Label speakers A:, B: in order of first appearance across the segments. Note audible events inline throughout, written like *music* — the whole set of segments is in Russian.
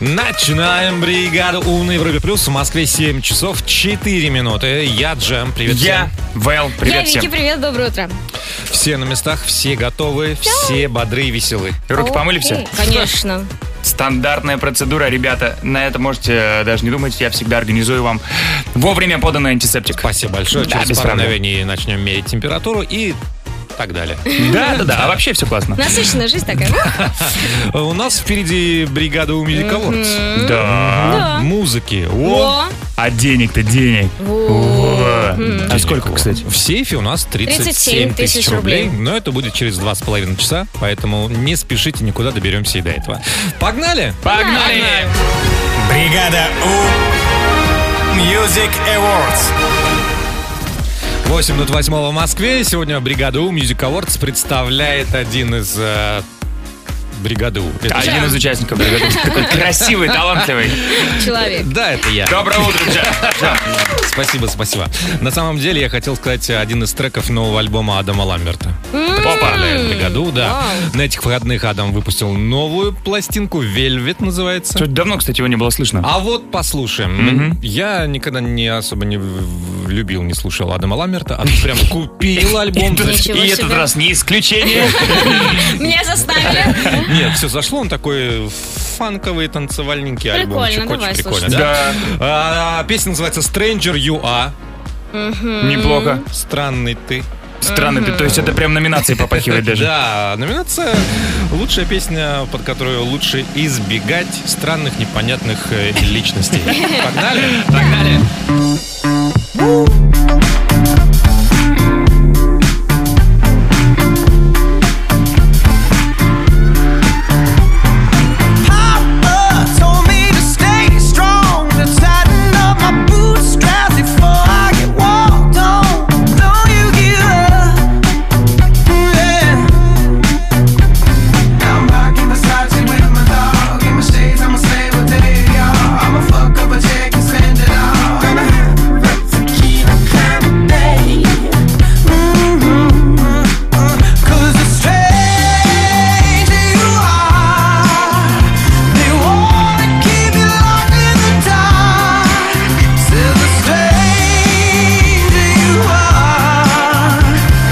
A: Начинаем бригаду «Умный в Европе Плюс». В Москве 7 часов 4 минуты. Я Джем, привет
B: Я,
A: всем.
B: Вэл,
C: Я
B: привет
C: Вики,
B: всем.
C: привет, доброе утро.
A: Все на местах, все готовы, все бодры и веселы.
B: Руки помыли
C: Окей.
B: все?
C: Конечно.
B: Стандартная процедура, ребята. На это можете э, даже не думать. Я всегда организую вам вовремя поданный антисептик.
A: Спасибо большое.
B: Да,
A: Через
B: без
A: пару
B: проблем.
A: мгновений начнем мерить температуру и так *laughs* далее.
B: Да, да, да. А вообще все классно.
C: Насыщенная жизнь такая.
A: У нас впереди бригада у Music Awards.
B: Да.
C: Да.
A: Музыки. О!
C: О,
B: А денег-то денег.
C: во.
B: Во.
C: М.
B: А сколько, кстати?
A: В сейфе у нас 37
C: 37
A: тысяч
C: тысяч
A: рублей,
C: рублей.
A: но это будет через два с половиной часа, поэтому не спешите никуда, доберемся и до этого. Погнали!
B: Погнали!
D: Бригада У. Music Awards.
A: 8 минут 8 в Москве. Сегодня бригада У Music Awards представляет один из э, бригады У. Это-
B: Один из участников бригады. Такой красивый, талантливый. *laughs*
C: Человек.
A: Да, это я.
B: Доброе утро, Джа. Джа.
A: Спасибо, спасибо. На самом деле я хотел сказать один из треков нового альбома Адама Ламберта. Представляет бригаду, да.
C: Вау.
A: На этих выходных Адам выпустил новую пластинку, Velvet называется.
B: Что-то давно, кстати, его не было слышно.
A: А вот послушаем. Я никогда не особо не в- любил, не слушал Адама Ламерта, а тут прям купил альбом.
C: тут-
A: Значит,
C: Ничего
B: И
C: себе.
B: этот раз не исключение.
C: Меня заставили.
A: Нет, все зашло, он такой фанковый, танцевальненький
C: Прикольно,
A: альбомчик. Очень
C: давай
A: прикольно,
C: слушать.
A: да? А, песня называется Stranger You Are.
B: Неплохо.
A: Странный ты.
B: Странно, ты- то есть это прям номинации попахивает даже.
A: Да, номинация «Лучшая песня, под которую лучше избегать странных, непонятных э,
C: *laughs*
A: личностей». Погнали? Погнали.
E: Cause the stranger you are they wanna keep you locked in the dark. Still the stranger you are.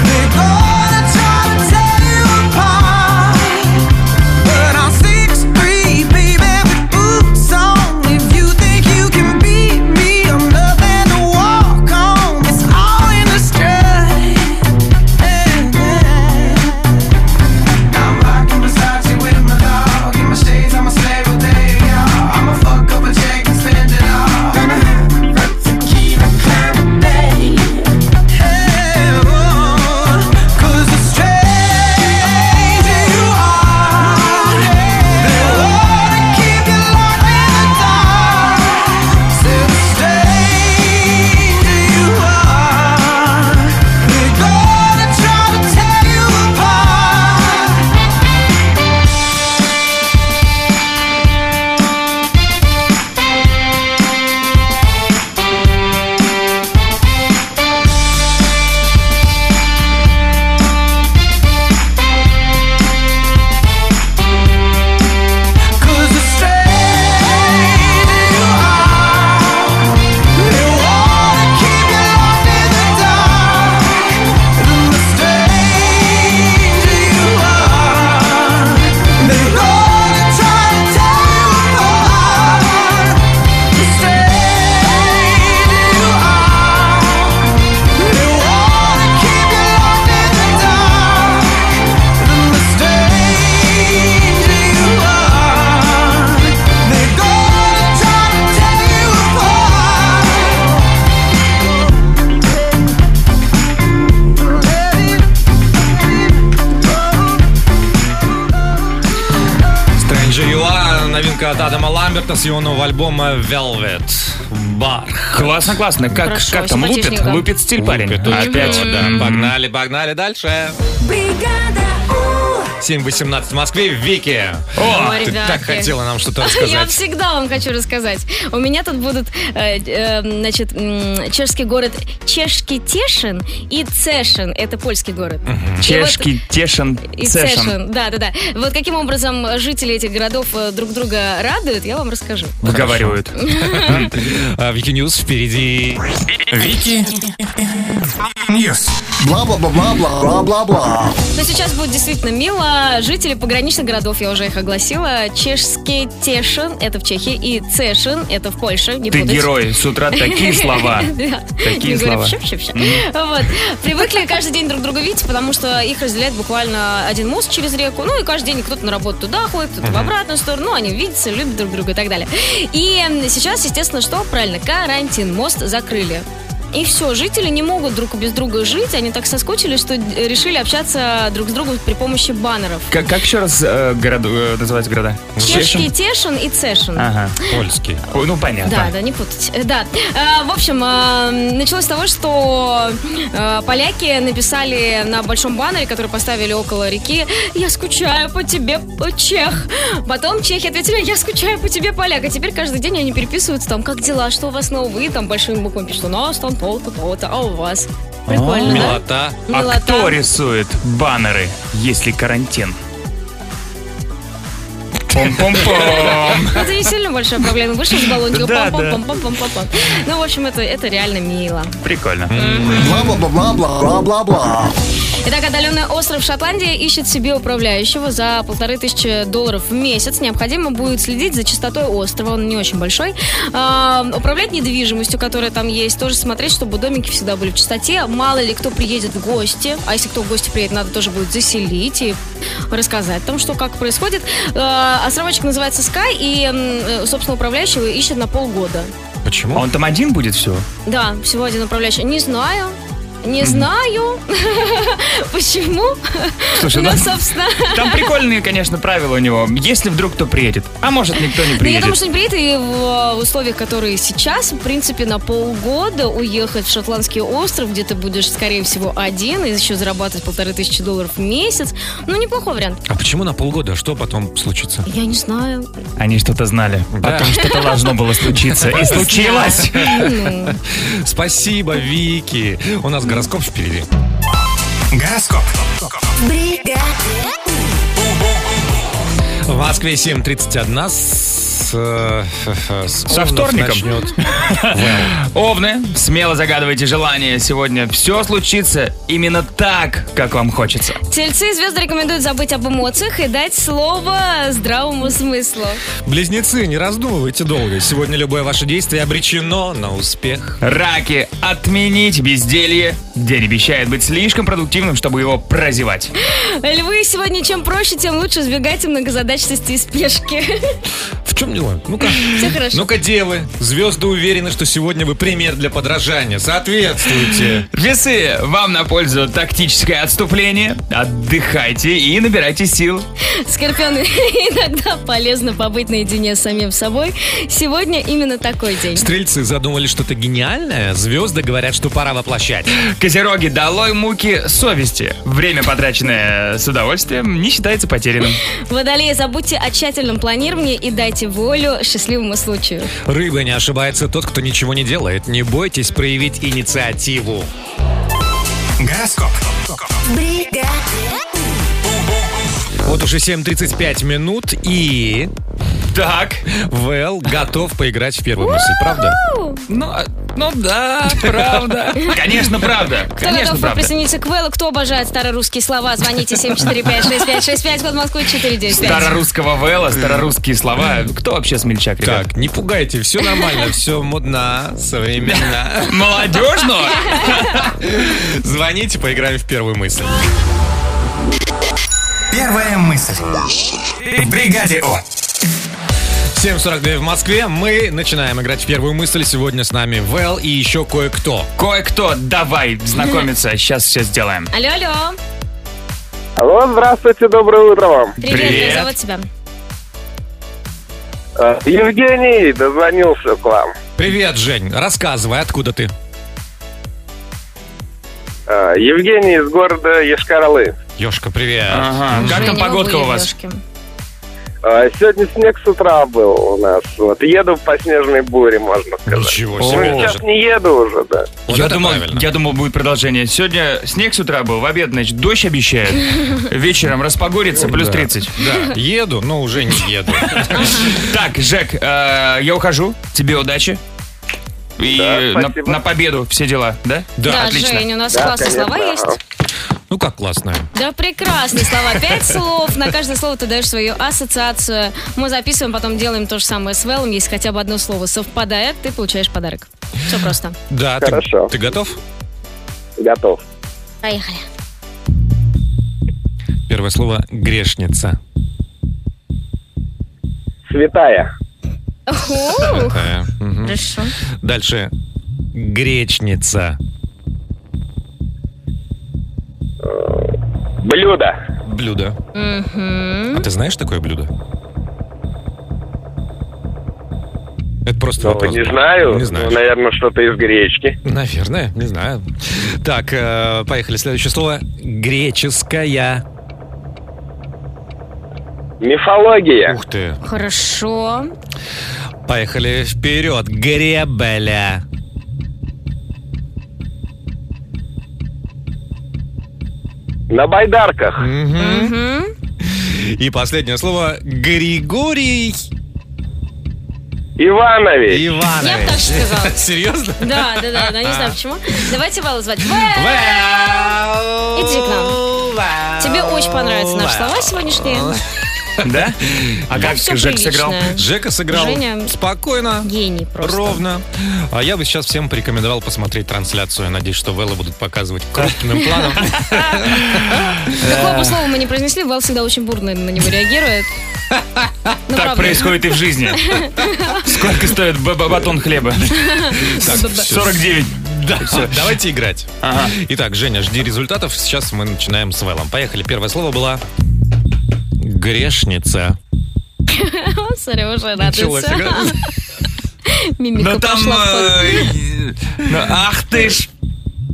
E: They're gonna try to tear you apart. But I'm six three, baby, with boots on. If you think you can beat me, I'm nothing to walk on. It's all in the stride. I'm rocking Versace with my dog. In my shades, I'm a slave all day, y'all. I'ma fuck up a check and spend it all. Gonna have lots of tequila, lemonade. Hey, oh, 'cause the stranger you are, they wanna keep you locked in the dark. Say the stranger you are, they're gonna try to tear you apart. Cause the stranger you are, they wanna keep you locked in the dark. The stranger you are, they're gonna try to tear you apart. The stranger you are, they wanna keep you locked in the dark. The stranger you are, they're gonna try to tear you apart.
A: Stranger You Are, новинка от Адама Ламберта с его нового альбома Velvet. Бар.
B: Классно, классно. Как,
C: Хорошо,
B: как там лупит?
C: симпатичненько.
B: Лупит стиль парень.
A: Лупит очень
B: Опять.
A: клево, да. Погнали, погнали дальше.
F: Бригада У.
A: 7.18 в Москве, Вики.
B: О,
A: Ты
C: ребятки.
A: так хотела нам что-то
C: *laughs* Я
A: рассказать.
C: всегда вам хочу рассказать. У меня тут будут, э, э, значит, м, чешский город Чешки Тешин и Цешин. Это польский город. И вот-
B: Чешки, Тешин,
C: и
B: Цешин.
C: Цешин. Да, да, да. Вот каким образом жители этих городов э, друг друга радуют, я вам расскажу.
B: Выговаривают.
A: А, Вики Ньюс впереди.
D: Вики Ньюс.
F: Бла-бла-бла-бла-бла-бла-бла.
C: Но сейчас будет действительно мило. Жители пограничных городов, я уже их огласила. Чешский Тешин, это в Чехии, и Цешин, это в Польше. Не
B: Ты
C: путать.
B: герой. С утра
C: *laughs*
B: такие слова.
C: Да.
B: Такие
C: Не говорю,
B: слова.
C: «Пшип, пшип, пшип». Вот. Привыкли каждый день друг друга видеть, потому что их разделяет буквально один мост через реку. Ну и каждый день кто-то на работу туда ходит, кто-то в обратную сторону. Ну, Они видятся, любят друг друга и так далее. И м, сейчас, естественно, что? Правильно, карантин. Мост закрыли. И все, жители не могут друг без друга жить. Они так соскучились, что э, решили общаться друг с другом при помощи баннеров.
B: Как, как еще раз э, городу, э, называются города?
C: Чешки, Тешин и Цешин.
B: Ага.
A: Польский.
B: Ой, Ну, понятно.
C: Да, да, не путать. Э, Да. Э, В общем, э, началось с того, что э, поляки написали на большом баннере, который поставили около реки, «Я скучаю по тебе, э, чех». Потом чехи ответили, «Я скучаю по тебе, поляк». А теперь каждый день они переписываются, там, как дела, что у вас нового, и там большими буквами пишут, у нас там то-то, то-то, а у вас? Прикольно,
A: Милота.
C: да?
B: А
C: Милота.
B: кто рисует баннеры, если карантин?
A: *laughs*
B: Пом-пом-пом.
C: Это не сильно большая проблема. Вышел
B: *laughs*
C: с баллончиком.
B: Да, да.
C: пам-пам-пам-пам-пам-пам. Ну, в общем, это, это реально мило.
B: Прикольно.
F: Бла-бла-бла-бла-бла-бла-бла.
C: Итак, отдаленный остров Шотландия ищет себе управляющего за полторы тысячи долларов в месяц. Необходимо будет следить за чистотой острова, он не очень большой. А, управлять недвижимостью, которая там есть, тоже смотреть, чтобы домики всегда были в чистоте. Мало ли кто приедет в гости, а если кто в гости приедет, надо тоже будет заселить и рассказать о том, что как происходит. А, островочек называется Sky, и, м, э, собственно, управляющего ищет на полгода.
B: А
A: Почему?
B: он там один будет все?
C: Да, всего один управляющий. Не знаю. Не знаю, *laughs* почему.
B: Слушай,
C: Ну,
B: ну,
C: собственно.
B: там прикольные, конечно, правила у него. Если вдруг кто приедет, а может никто не
C: Ну, я
B: приедет.
C: думаю, что не приедет, и в э, условиях, которые сейчас, в принципе, на полгода уехать в шотландский остров, где ты будешь, скорее всего, один, и еще зарабатывать полторы тысячи долларов в месяц. Ну, неплохой вариант.
A: А почему на полгода? Что потом случится?
C: Я
B: *laughs*
C: не знаю.
B: Они что-то знали.
A: Да.
B: Потом что-то должно было случиться. И случилось.
C: Ну,
A: Спасибо, Вики. У нас гороскоп впереди.
D: Гороскоп.
A: В Москве 7.31 с... э, с
B: Со
A: Овнов
B: вторником.
A: начнет.
B: Овны, смело загадывайте желание. Сегодня все случится именно так, как вам хочется.
C: Тельцы и звезды рекомендуют забыть об эмоциях и дать слово здравому смыслу.
A: Близнецы, не раздумывайте долго. Сегодня любое ваше действие обречено на успех.
B: Раки, отменить безделье. День обещает быть слишком продуктивным, чтобы его прозевать.
C: Львы, сегодня чем проще, тем лучше избегайте многозадачности и *laughs* спешки.
A: В чем дело? Ну-ка.
C: Все хорошо.
A: Ну-ка, девы, звезды уверены, что сегодня вы пример для подражания. Соответствуйте.
B: Весы, вам на пользу тактическое отступление. Отдыхайте и набирайте сил.
C: Скорпионы, *laughs* иногда полезно побыть наедине с самим собой. Сегодня именно такой день.
A: Стрельцы задумали что-то гениальное. Звезды говорят, что пора воплощать.
B: Козероги, долой муки совести. Время, потраченное с удовольствием, не считается потерянным.
C: Водолеи, забудьте о тщательном планировании и дайте волю счастливому случаю.
A: Рыбы не ошибается тот, кто ничего не делает. Не бойтесь проявить инициативу.
D: Гороскоп.
A: Вот уже 7.35 минут и...
B: Так,
A: Вэл готов поиграть в первую мысль, правда?
B: ну, а- ну да, правда. Конечно, правда.
C: Кто
B: Конечно,
C: готов
B: правда.
C: присоединиться к Вэллу? Кто обожает старорусские слова? Звоните 745-6565, код Москвы 495.
B: Старорусского Вэлла, старорусские слова. Кто вообще смельчак, ребят?
A: Так, не пугайте, все нормально, все модно, современно.
B: *laughs* Молодежно?
A: Звоните, поиграем в первую мысль.
D: Первая мысль. В бригаде О.
A: 7.42 в Москве, мы начинаем играть в первую мысль. Сегодня с нами Вэл и еще кое-кто.
B: Кое-кто, давай знакомиться, сейчас все сделаем.
C: Алло, алло.
G: Алло, здравствуйте, доброе утро вам.
C: Привет,
B: Привет.
C: как зовут тебя?
G: Э, Евгений дозвонился к вам.
A: Привет, Жень, рассказывай, откуда ты?
G: А, Евгений из города Ешкаралы.
A: Ёшка, привет.
B: Ага. Как там
C: Женя,
B: погодка
C: вы,
B: у вас?
C: девушки.
G: А, Сегодня снег с утра был у нас. Вот еду по снежной буре, можно сказать.
A: Ничего
B: О.
A: себе.
G: Ну,
A: даже.
G: сейчас не еду уже, да.
A: Вот
B: я,
A: это
B: думал,
A: правильно.
B: я думал, будет продолжение. Сегодня снег с утра был, в обед, значит, дождь обещает. *laughs* Вечером распогодится, плюс 30.
A: Да, еду, но уже не
C: *laughs*
A: еду.
B: Так, Жек, э, я ухожу. Тебе удачи. И
G: Да,
B: э, на,
G: спасибо.
B: на победу все дела, да?
C: Да,
B: отлично.
C: Жень, у нас
G: Да,
C: классные
G: конечно.
C: слова есть.
A: Ну как классно.
C: Да, прекрасные слова. Пять слов. На каждое слово ты даешь свою ассоциацию. Мы записываем, потом делаем то же самое с Вэллом. Если хотя бы одно слово совпадает, ты получаешь подарок. Все просто.
A: Да, ты-
G: Хорошо.
A: ты готов?
G: Готов.
C: Поехали.
A: Первое слово грешница.
G: Святая.
C: Ух,
A: Такая, мгм.
C: Хорошо.
A: Дальше гречница.
G: Блюдо.
A: Блюдо. А ты знаешь такое блюдо? Это просто
G: Ну,
A: вопрос.
G: не знаю.
A: Не знаю.
G: Ну, наверное, что-то из гречки.
A: Наверное, не знаю. Так, э, поехали. Следующее слово. Греческая.
G: Мифология.
A: Ух ты.
C: Хорошо.
A: Поехали вперед. Гребеля.
G: На байдарках.
C: Мгм.
A: И последнее слово. Григорий
G: Иванович.
A: Иванович.
C: Я бы так же сказала.
A: *laughs* Серьезно?
C: Да, да, да, да, не знаю почему. Давайте Вэлла звать. Вэлл!
A: Вау!
C: Иди к
A: Вау!
C: Тебе очень понравятся наши
A: Вау!
C: слова сегодняшние.
B: Да? А как
C: всё
B: Жек сыграл?
C: прилично. Ну,
A: Жека сыграл
C: Женя.
A: спокойно,
C: Гений просто.
A: ровно. А я бы сейчас всем порекомендовал посмотреть трансляцию. Я Надеюсь, что Вэлла будут показывать крупным планом.
C: Какое бы слово мы не произнесли, Вэлл всегда очень бурно на него
B: *laughs*
C: реагирует. Ну,
B: Так
C: правда. *laughs*
B: происходит и в жизни. Сколько стоит б- б- батон хлеба?
A: Так, всё.
B: 49.
A: Да, давайте играть.
B: Ага.
A: Итак, Женя, жди результатов. Сейчас мы начинаем с Вэллом. Поехали. Первое слово было грешница.
C: Смотри, уже
A: Началось
C: радуется.
A: игра.
C: *laughs* Мимика
A: Ну,
B: Но Ну, там...
C: пошла в ход.
B: э, ну, Ах ты ж...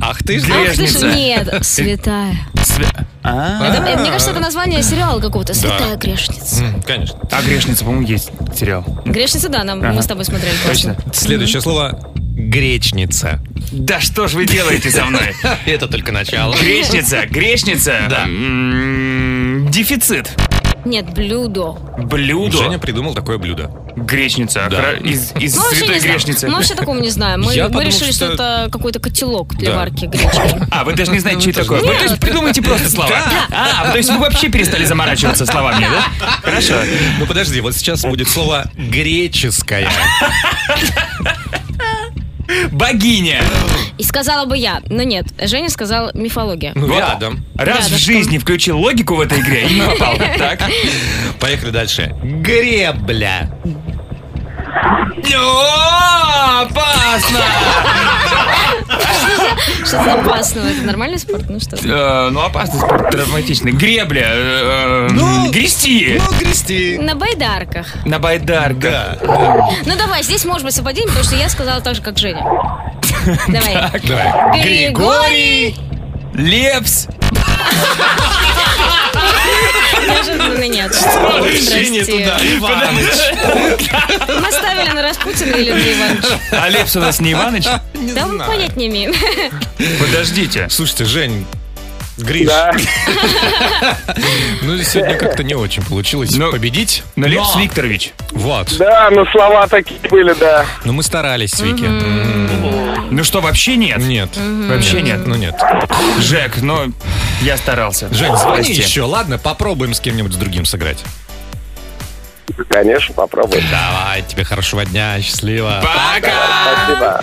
A: Ах ты ж
B: Гре-
C: Ах ты ж-
B: Грешница.
C: А Нет, святая.
B: Свя- А?
C: Это, э, мне кажется, это название сериала какого-то. Святая
A: Да.
C: грешница.
A: М, Конечно.
B: А грешница, по-моему, есть сериал.
C: Грешница, да, нам, мы
B: Ага.
C: с тобой смотрели.
B: Точно.
A: Следующее слово гречница.
B: Да что ж вы делаете со мной?
A: *laughs* Это только начало.
B: Грешница, грешница. Да. Дефицит.
C: Нет, блюдо.
A: Женя
B: Блюдо.
A: придумал такое блюдо.
B: Грешница.
A: Да.
B: Хра- Из из
C: Мы Ну, вообще,
B: святой
C: не знаем.
B: грешницы.
C: мы вообще такого не знаем. Мы,
A: Я
C: мы
A: подумал,
C: решили, что...
A: что
C: это какой-то котелок для
A: Да.
C: варки гречки.
B: А, вы даже не знаете, что это такое.
A: тоже
B: Вы то есть придумайте просто слова. А, то есть вы вообще перестали заморачиваться словами, да? Хорошо.
A: Ну подожди, вот сейчас будет слово греческое.
B: Богиня.
C: И сказала бы я, но нет. Женя сказал мифология.
A: Ну
B: Вот.
A: рядом.
B: Раз в
C: Рядышком.
B: жизни включил логику в этой игре и не попал. Так.
A: Поехали дальше. Гребля.
B: О, опасно!
C: Что-то опасного. Это нормальный спорт? Ну что?
B: Э, Ну, опасный спорт, травматичный. Гребля. э, э,
A: Ну.
B: Грести.
A: Ну, грести.
C: На байдарках.
B: На байдарках.
C: Ну давай, здесь может быть совпадение, потому что я сказала так же,
A: *laughs*
C: как Женя. Давай.
A: Давай.
C: Григорий!
B: Лепс.
C: Неожиданно ну нет.
A: Женя
C: Прости.
A: туда. Иваныч.
C: Мы ставили на Распутина или на Ивановича.
B: А Лепс у нас не Иваныч?
A: Не
C: Да мы
A: знаю.
C: понять не имеем.
B: Подождите.
A: Слушайте, Жень, Гриш,
G: Да.
A: ну сегодня как-то не очень получилось
B: Ну,
A: победить.
B: Но Лепс
A: Но-
B: Викторович.
A: Вот.
G: Да, ну слова такие были, да.
A: Но мы старались, Вики.
B: Ну что, вообще нет?
A: Нет.
B: Вообще нет.
A: Ну нет.
B: Жек, ну, я старался.
A: Жень, звони
B: Прости.
A: еще, ладно? Попробуем с кем-нибудь с другим сыграть.
G: Конечно, попробуй.
A: Давай, тебе хорошего дня, счастливо.
B: Пока!
A: А.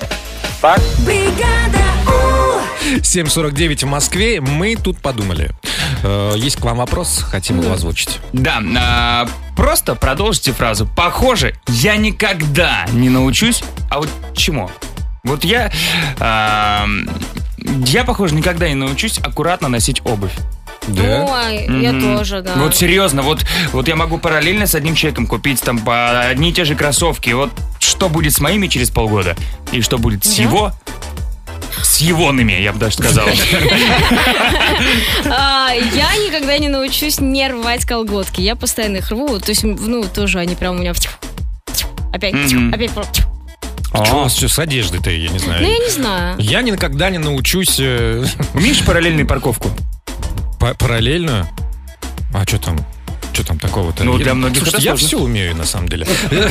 G: Спасибо. Так,
A: 7.49 в Москве. Мы тут подумали. Э, Есть к вам вопрос, хотим его озвучить.
B: Да, а, просто продолжите фразу. Похоже, я никогда не научусь. А вот чему? Вот я... а, я, похоже, никогда не научусь аккуратно носить обувь.
C: Ой, я тоже, да.
B: Вот серьезно, вот, вот я могу параллельно с одним человеком купить там по одни и те же кроссовки. Вот что будет с моими через полгода и что будет с
C: Да?
B: его, С егонами, я бы даже сказал.
C: А, Я никогда не научусь не рвать колготки. Я постоянно их рву. То есть, ну, тоже они прям у меня... Опять,
B: Мгм.
C: опять.
A: А Что у вас сейчас с одеждой-то, я не
C: Ну, я
A: знаю.
C: не знаю.
A: Я никогда не научусь э, *laughs*
B: Умеешь параллельную парковку?
A: па- параллельно. А что там? Что там такого-то?
B: Ну,
A: Я-
B: для многих
A: Слушайте, я
B: это сложно.
A: все умею, на самом деле. Э,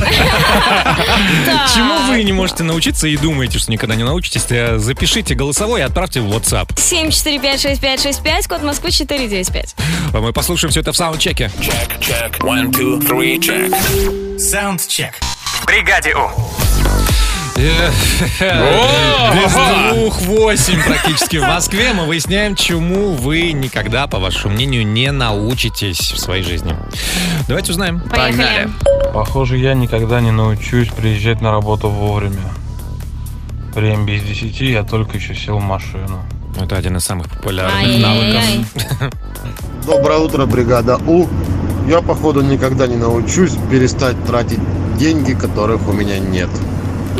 C: Так.
A: *laughs* Чему вы не можете научиться и думаете, что никогда не научитесь, э, запишите голосовой и отправьте в WhatsApp.
C: 7456565, код Москвы 495.
A: А Мы послушаем все это в саундчеке.
D: Саундчек. Бригаде У.
A: Э,
B: О,
A: Без
B: ага.
A: двух восемь практически в Москве. Мы выясняем, чему вы никогда, по вашему мнению, не научитесь в своей жизни. Давайте узнаем.
C: Поехали.
B: Погнали.
F: Похоже, я никогда не научусь приезжать на работу вовремя. Время без десяти, я только еще сел в машину.
A: Это один из самых популярных навыков.
C: Ай-яй-яй.
H: Доброе утро, бригада У. Я, походу, никогда не научусь перестать тратить деньги, которых у меня нет.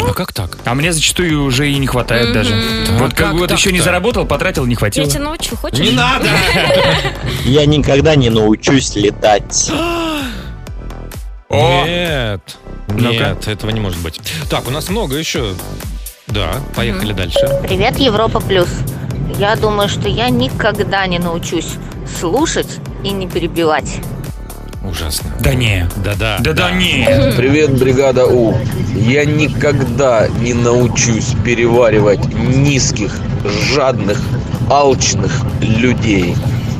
A: А как так?
B: А мне зачастую уже и не хватает даже. Вот
A: как
B: как вот еще не
A: так-то?
B: заработал, потратил, не
C: Я
B: хватило.
C: тебя научу, хочешь?
A: Не надо!
I: Я никогда не научусь летать.
B: О,
A: Нет.
B: Ну-ка.
A: Нет, этого не может быть. Так, у нас много еще. Да, поехали дальше.
J: Привет, Европа Плюс. Я думаю, что я никогда не научусь слушать и не перебивать.
A: Ужасно.
B: да не.
A: Да-да.
B: Да да не.
K: Привет, бригада У. Я никогда не научусь переваривать низких, жадных, алчных людей.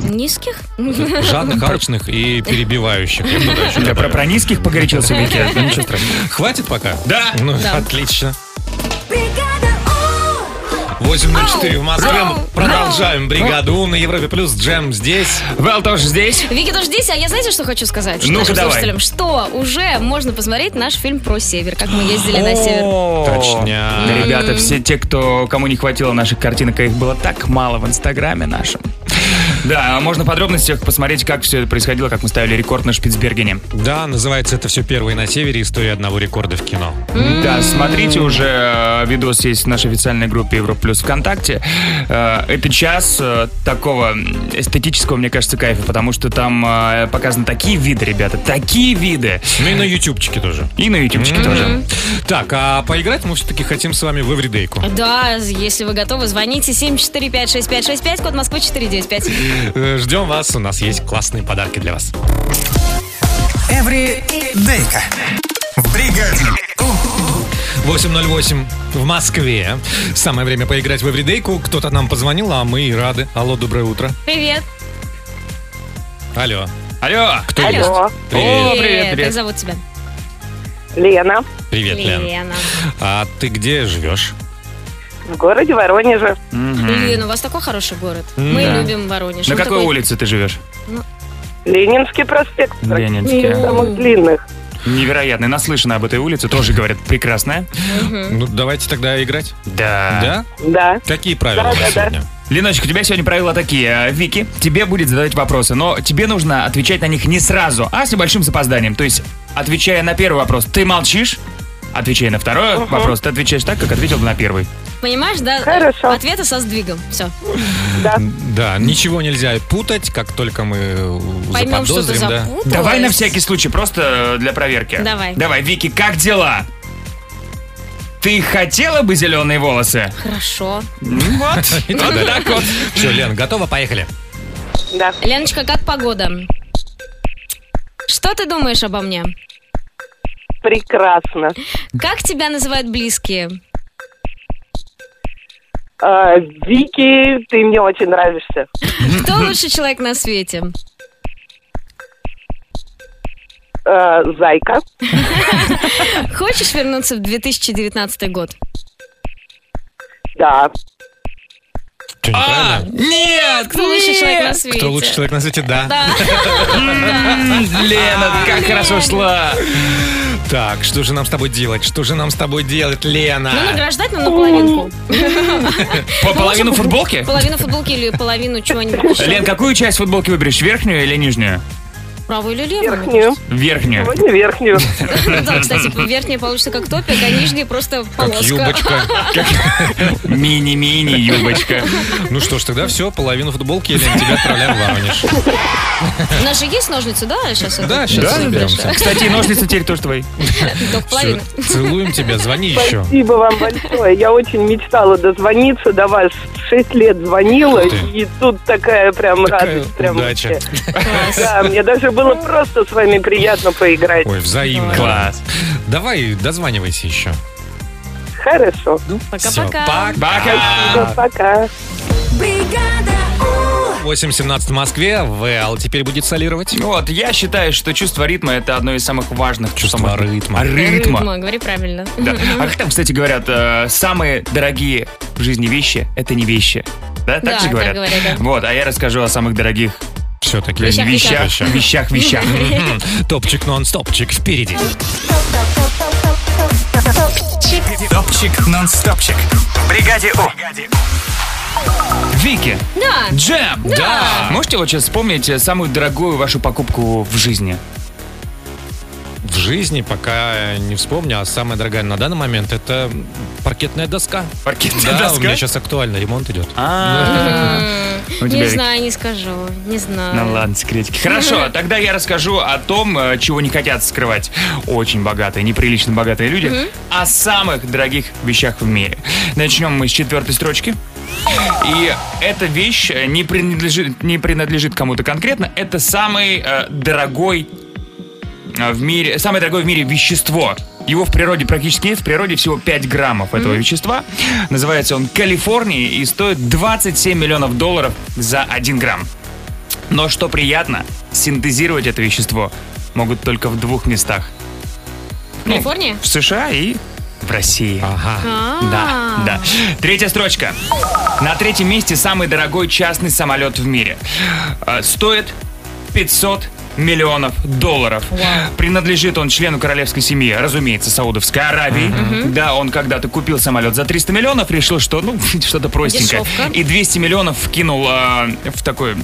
C: Низких?
A: Жадных, алчных и перебивающих. Я бы туда еще
B: *laughs* Я про,
A: добавил.
B: про низких погорячился, Вики. Ну, Ничего страшного.
A: Хватит пока?
B: Да.
A: Ну,
C: Да.
A: отлично. 8.04 в Москве. Мы Продолжаем бригаду У» на Европе Плюс. Джем здесь.
B: Вэл тоже здесь.
C: Вики тоже здесь, а я знаете, что хочу сказать?
B: Ну-ка,
C: нашим
B: давай.
C: слушателям, что уже можно посмотреть наш фильм про север, как мы ездили на север.
B: О,
A: Точняк.
B: да, Ребята, все те, кто, кому не хватило наших картинок, а их было так мало в инстаграме нашем. Да, а можно в подробностях посмотреть, как все это происходило, как мы ставили рекорд на Шпицбергене.
A: Да, называется это все первое на севере. История одного рекорда в кино.
B: Да, смотрите уже э, видос есть в нашей официальной группе Европа Плюс ВКонтакте. Э, Это час э, такого м, эстетического, мне кажется, кайфа, потому что там э, показаны такие виды, ребята, такие виды.
A: Ну и на ютубчике тоже.
B: И на ютубчике тоже.
A: Так, а поиграть мы все-таки хотим с вами в эвридейку.
C: Да, если вы готовы, звоните 7456565, код Москвы 495.
A: Э, Ждем вас, у нас есть классные подарки для вас.
D: Эври Дейка. В бригаде У.
A: 8.08 в Москве. Самое время поиграть в эвридейку. Кто-то нам позвонил, а мы и рады. Алло, доброе утро.
C: Привет.
A: Алло.
B: Алло!
A: Кто
C: Алло.
A: есть? Привет.
B: О, привет,
C: Как
B: привет.
C: зовут тебя?
J: Лена,
A: Привет, Лен.
C: Лена.
A: А ты где живешь?
J: в городе Воронеже.
B: Мгм.
C: Блин, у вас такой хороший город. Мы
B: Да.
C: любим Воронеж.
B: На
C: Он
B: какой
C: такой-
B: улице ты живешь?
J: Ленинский проспект.
B: Ленинский.
J: Самых длинных.
B: Невероятно. Наслышана об этой улице. Тоже говорят, прекрасная.
A: Ну, давайте тогда играть.
B: Да.
A: Да?
J: Да.
A: Какие правила
J: Да,
A: у нас
J: да, да.
A: сегодня?
B: Леночек, у тебя сегодня правила такие. Э, Вики, тебе будет задавать вопросы, но тебе нужно отвечать на них не сразу, а с небольшим запозданием. То есть, отвечая на первый вопрос, ты молчишь, отвечая на второй вопрос, ты отвечаешь так, как ответил бы на первый.
C: Понимаешь, да?
J: Хорошо.
C: Ответы со сдвигом. Все.
A: Да, ничего нельзя путать, как только мы э,
C: Поймем, что ты
A: заподозрим, да.
C: запуталась.
B: Ну, Давай на всякий случай, просто э, для проверки.
C: Давай.
B: Давай, Вики, как дела? Ты хотела бы зеленые волосы?
C: Хорошо.
B: Ну *laughs* Вот, вот так вот.
A: Все, Лен, готова? Поехали.
J: Да.
C: Леночка, как погода? Что ты думаешь обо мне?
J: Прекрасно.
C: Как тебя называют близкие?
J: А, Вики, ты мне очень нравишься.
B: *laughs*
C: Кто лучший человек на свете?
J: А, Зайка.
C: Хочешь вернуться в 2019 год?
J: Да.
A: Что,
B: А,
A: неправильно?
B: нет!
C: Кто лучший человек на
B: нет.
C: свете?
A: Кто лучший человек на свете? Да.
B: *laughs*
C: Да. Ну,
B: М, Лена, Ну, как хорошо шла.
A: Так, что же нам с тобой делать? Что же нам с тобой делать,
C: Ну,
A: Лена?
C: награждать нам на половинку.
B: По половину футболки?
C: Половину футболки или половину чего-нибудь еще.
B: Лен, какую часть футболки выберешь, верхнюю или нижнюю?
C: правую или левую? Ну
L: Верхнюю.
B: Верхнюю.
A: *laughs*
L: Сегодня верхнюю.
C: *laughs* Да, кстати, верхняя получится как топик, а нижняя просто
A: Как
C: полоска.
A: юбочка.
B: Мини-мини юбочка.
A: Ну что ж, тогда все, половину футболки, Елена, тебя отправляем в Воронеж.
C: У нас же есть ножницы, да? Сейчас
A: Да, сейчас соберемся.
B: Кстати, и ножницы теперь тоже твои.
C: Только половина.
A: Всё, целуем тебя, звони еще.
L: Спасибо вам большое. Я очень мечтала дозвониться до вас. Шесть лет звонила,
A: Ух ты.
L: и тут такая прям
A: Такая
L: радость. Прям
A: удача.
L: вообще. Да, мне даже было просто с вами приятно поиграть.
A: Ой, взаимно.
B: Класс.
A: Давай, дозванивайся еще.
L: Хорошо.
A: Всё,
C: Пока-пока.
A: Пока.
L: Пока.
A: 8.17 в Москве. Вэл теперь будет солировать.
B: Вот, я считаю, что чувство ритма это одно из самых важных чувств. А
A: ритма.
B: Ритма.
C: Говори правильно.
B: Да. А как там, кстати, говорят, э, самые дорогие в жизни вещи – это не вещи. Да, так
C: Да,
B: же
C: так
B: говорят?
C: говорят, да.
B: Вот, а я расскажу о самых дорогих
A: Все-таки
B: Вещах, вещах, вещах, вещах. *laughs*
A: Топчик нон-стопчик впереди.
D: Топчик нон-стопчик. В Бригаде У.
B: Вики,
C: Да.
B: джем!
C: Да.
B: Можете вот сейчас вспомнить э, самую дорогую вашу покупку в жизни?
A: В жизни пока не вспомню, а самая дорогая на данный момент это паркетная доска.
B: Паркетная
A: да,
B: *laughs* доска? А?
A: у меня сейчас актуально, ремонт идет.
B: У тебя
C: Не
B: есть?
C: знаю, не скажу. Не знаю.
B: Ну ладно, секретики. Хорошо, тогда я расскажу о том, э, чего не хотят скрывать очень богатые, неприлично богатые люди,
C: Мгм.
B: о самых дорогих вещах в мире. Начнем мы с четвертой строчки. И эта вещь э, не принадлежит, не принадлежит кому-то конкретно. Это самый э, дорогой э, в мире, самое дорогое в мире вещество. Его в природе практически нет, в природе всего 5 граммов этого вещества. Называется он Калифорния и стоит 27 миллионов долларов за 1 грамм. Но что приятно, синтезировать это вещество могут только в двух местах. Ну,
C: Калифорния?
B: в США и в России. А.
A: Ага.
B: Да, да. Третья строчка. На третьем месте самый дорогой частный самолет в мире. Э, Стоит 500 миллионов долларов. Принадлежит он члену королевской семьи, разумеется, Саудовской Аравии. Да, он когда-то купил самолет за 300 миллионов, решил, что, ну, *laughs* что-то простенькое.
C: Дешевка.
B: И 200 миллионов вкинул э, в такой... м,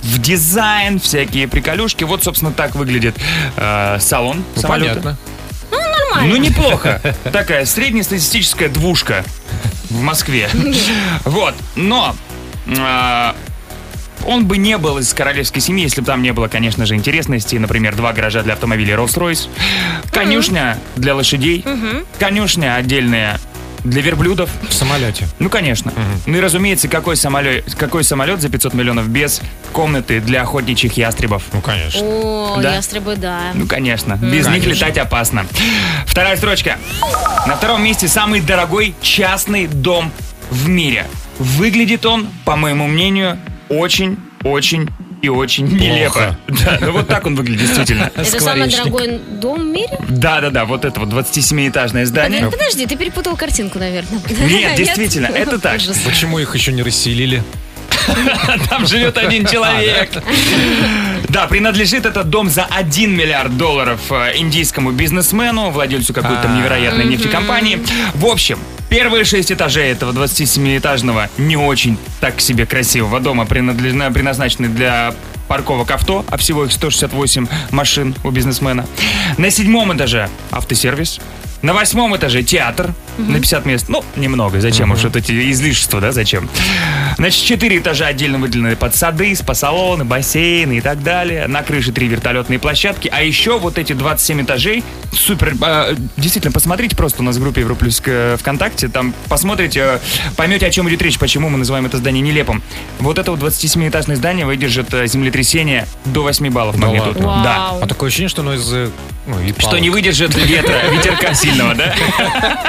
B: В дизайн, всякие приколюшки. Вот, собственно, так выглядит э, салон
A: Ну,
B: самолета.
A: понятно.
C: Ну, нормально.
B: Ну, неплохо. Такая среднестатистическая двушка в Москве. Вот, но... а, он бы не был из королевской семьи, если бы там не было, конечно же, интересностей. Например, два гаража для автомобилей Rolls-Royce, конюшня для лошадей,
C: Мгм.
B: конюшня отдельная для верблюдов.
A: В самолете.
B: Ну, конечно. Ну и, разумеется, какой самолет, какой самолет за 500 миллионов без комнаты для охотничьих ястребов?
A: Ну, конечно.
C: О,
B: Да.
C: ястребы, да.
B: Ну, конечно. Без них
A: Конечно.
B: летать опасно. Вторая строчка. На втором месте самый дорогой частный дом в мире. Выглядит он, по моему мнению, очень, очень и очень нелепо. Да, ну вот так он выглядит, действительно.
C: Это самый дорогой дом в мире?
B: Да-да-да, вот это вот 27-этажное здание.
C: Подожди, ты перепутал картинку, наверное. *laughs*
B: Нет, действительно, это так.
A: Почему их еще не расселили?
B: *laughs* Там живет один человек. Да, принадлежит этот дом за 1 миллиард долларов э, индийскому бизнесмену, владельцу какой-то там невероятной нефтекомпании. В общем, первые шесть этажей этого 27-этажного не очень так себе красивого дома принадлежны- предназначены для парковок авто, а всего их 168 машин у бизнесмена. На седьмом этаже автосервис. На восьмом этаже театр на 50 мест. Ну, немного, зачем уж вот эти излишества, да, зачем? Значит, четыре этажа отдельно выделены под сады, спа-салоны, бассейны и так далее. На крыше три вертолетные площадки. А еще вот эти 27 этажей. Супер. э, действительно, посмотрите просто у нас в группе Европа Плюс э, ВКонтакте. Там посмотрите, э, поймете, о чем идет речь, почему мы называем это здание нелепым. Вот это вот 27-этажное здание выдержит э, землетрясение до 8 баллов
A: Да
B: магнитуд.
A: ладно?
B: Да.
A: А такое ощущение, что оно из... э, ну, и
B: Что не
A: палок.
B: выдержит
A: *laughs*
B: ветра, ветерка сильного, да?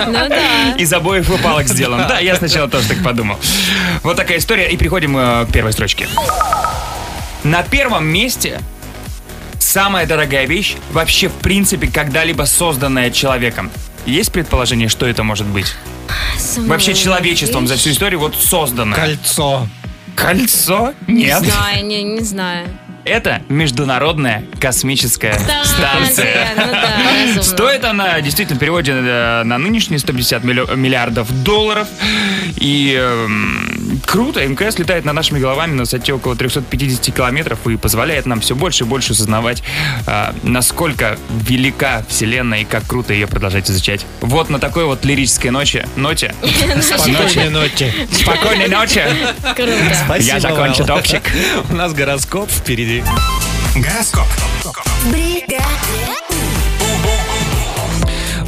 C: Ну да.
B: Из обоев и палок сделан. Да, я сначала тоже так подумал. Вот такая история. И переходим э, к первой строчке. На первом месте самая дорогая вещь, вообще в принципе когда-либо созданная человеком. Есть предположение, что это может быть?
C: Ну,
B: Вообще человечеством за всю историю вот создано.
A: Кольцо.
B: Кольцо?
C: Не
B: Нет.
C: знаю, не, не знаю.
B: *laughs* Это Международная космическая станция.
C: ну да, разумно.
B: Стоит она действительно в переводе э, на нынешние 150 миллио- миллиардов долларов. И эм, круто, МКС летает над нашими головами на высоте около 350 километров и позволяет нам все больше и больше осознавать, э, насколько велика Вселенная и как круто ее продолжать изучать. Вот на такой вот лирической ночи, ноте.
A: Спокойной ночи.
B: Спокойной ночи.
C: Круто.
B: Я закончу топчик.
A: *laughs* У нас гороскоп впереди.
D: Гороскоп.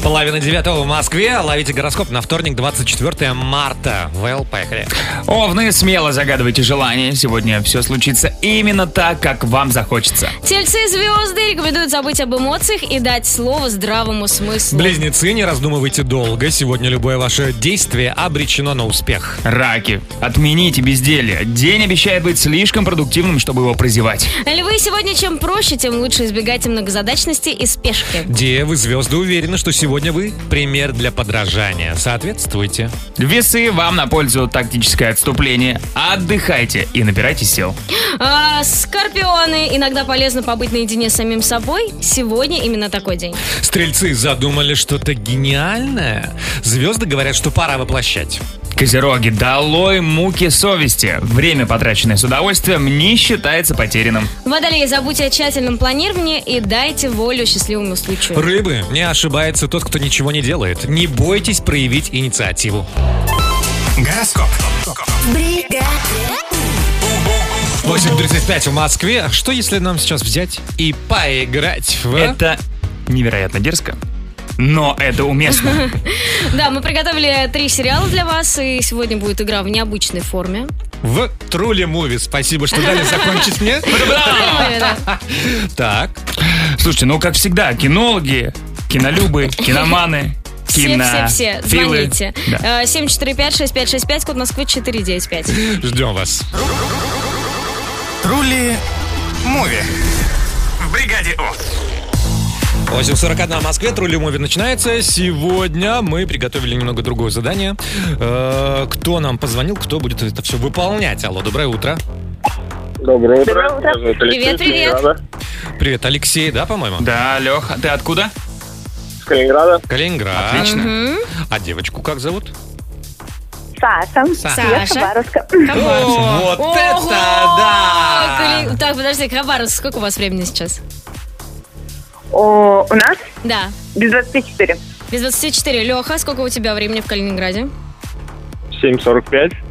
A: Половина девятого в Москве. Ловите гороскоп на вторник, 24 марта. Вэл, поехали.
B: Овны, смело загадывайте желания. Сегодня все случится именно так, как вам захочется.
C: Тельцы и звезды рекомендуют забыть об эмоциях и дать слово здравому смыслу.
A: Близнецы, не раздумывайте долго. Сегодня любое ваше действие обречено на успех.
B: Раки, отмените безделье. День обещает быть слишком продуктивным, чтобы его прозевать.
C: Львы, сегодня чем проще, тем лучше избегайте многозадачности и спешки.
A: Девы, звезды уверены, что сегодня вы пример для подражания. Соответствуйте.
B: Весы, вам на пользу тактическое отступление. Отдыхайте и набирайте сил.
C: А, скорпионы, иногда полезно побыть наедине с самим собой. Сегодня именно такой день.
A: Стрельцы задумали что-то гениальное. Звезды говорят, что пора воплощать.
B: Козероги, долой муки совести. Время, потраченное с удовольствием, не считается потерянным.
C: Водолеи, забудьте о тщательном планировании и дайте волю счастливому случаю.
A: Рыбы, не ошибается тот, кто ничего не делает. Не бойтесь проявить инициативу.
D: Гороскоп.
A: 8.35 в Москве. А Что если нам сейчас взять и поиграть в...
B: Это невероятно дерзко, но это уместно.
C: Да, мы приготовили три сериала для вас, и сегодня будет игра в необычной форме.
A: В Трули Муви. Спасибо, что дали закончить мне.
B: А.
A: Так.
B: Слушайте, ну как всегда, кинологи, кинолюбы, киноманы, кино...
C: Все-все-все,
B: филы.
C: звоните.
B: Да.
C: Э, 745-6565, код Москвы 495.
A: Ждем вас.
D: Трули Муви. В бригаде О.
A: 8.41 в Москве, Трули Муви начинается. Сегодня мы приготовили немного другое задание. Э, Кто нам позвонил, кто будет это все выполнять? Алло, доброе утро.
G: Доброе утро.
A: Доброе утро.
G: Меня зовут Алексей
A: Привет,
G: из
A: привет.
G: Калининграда.
A: Привет, Алексей, да, по-моему?
B: Да, Леха, ты откуда?
G: Из Калининграда.
A: Калининград.
B: Отлично.
A: А девочку как зовут?
M: Саша. Я
C: Саша.
M: Хабаровска.
A: О, вот
C: Ого!
A: это да!
C: Кали- Так, подожди, Хабаровск, сколько у вас времени сейчас?
M: О, у нас
C: Да.
M: без 24.
C: Без 24. Леха, сколько у тебя времени в Калининграде?
G: 7.45.
C: *laughs*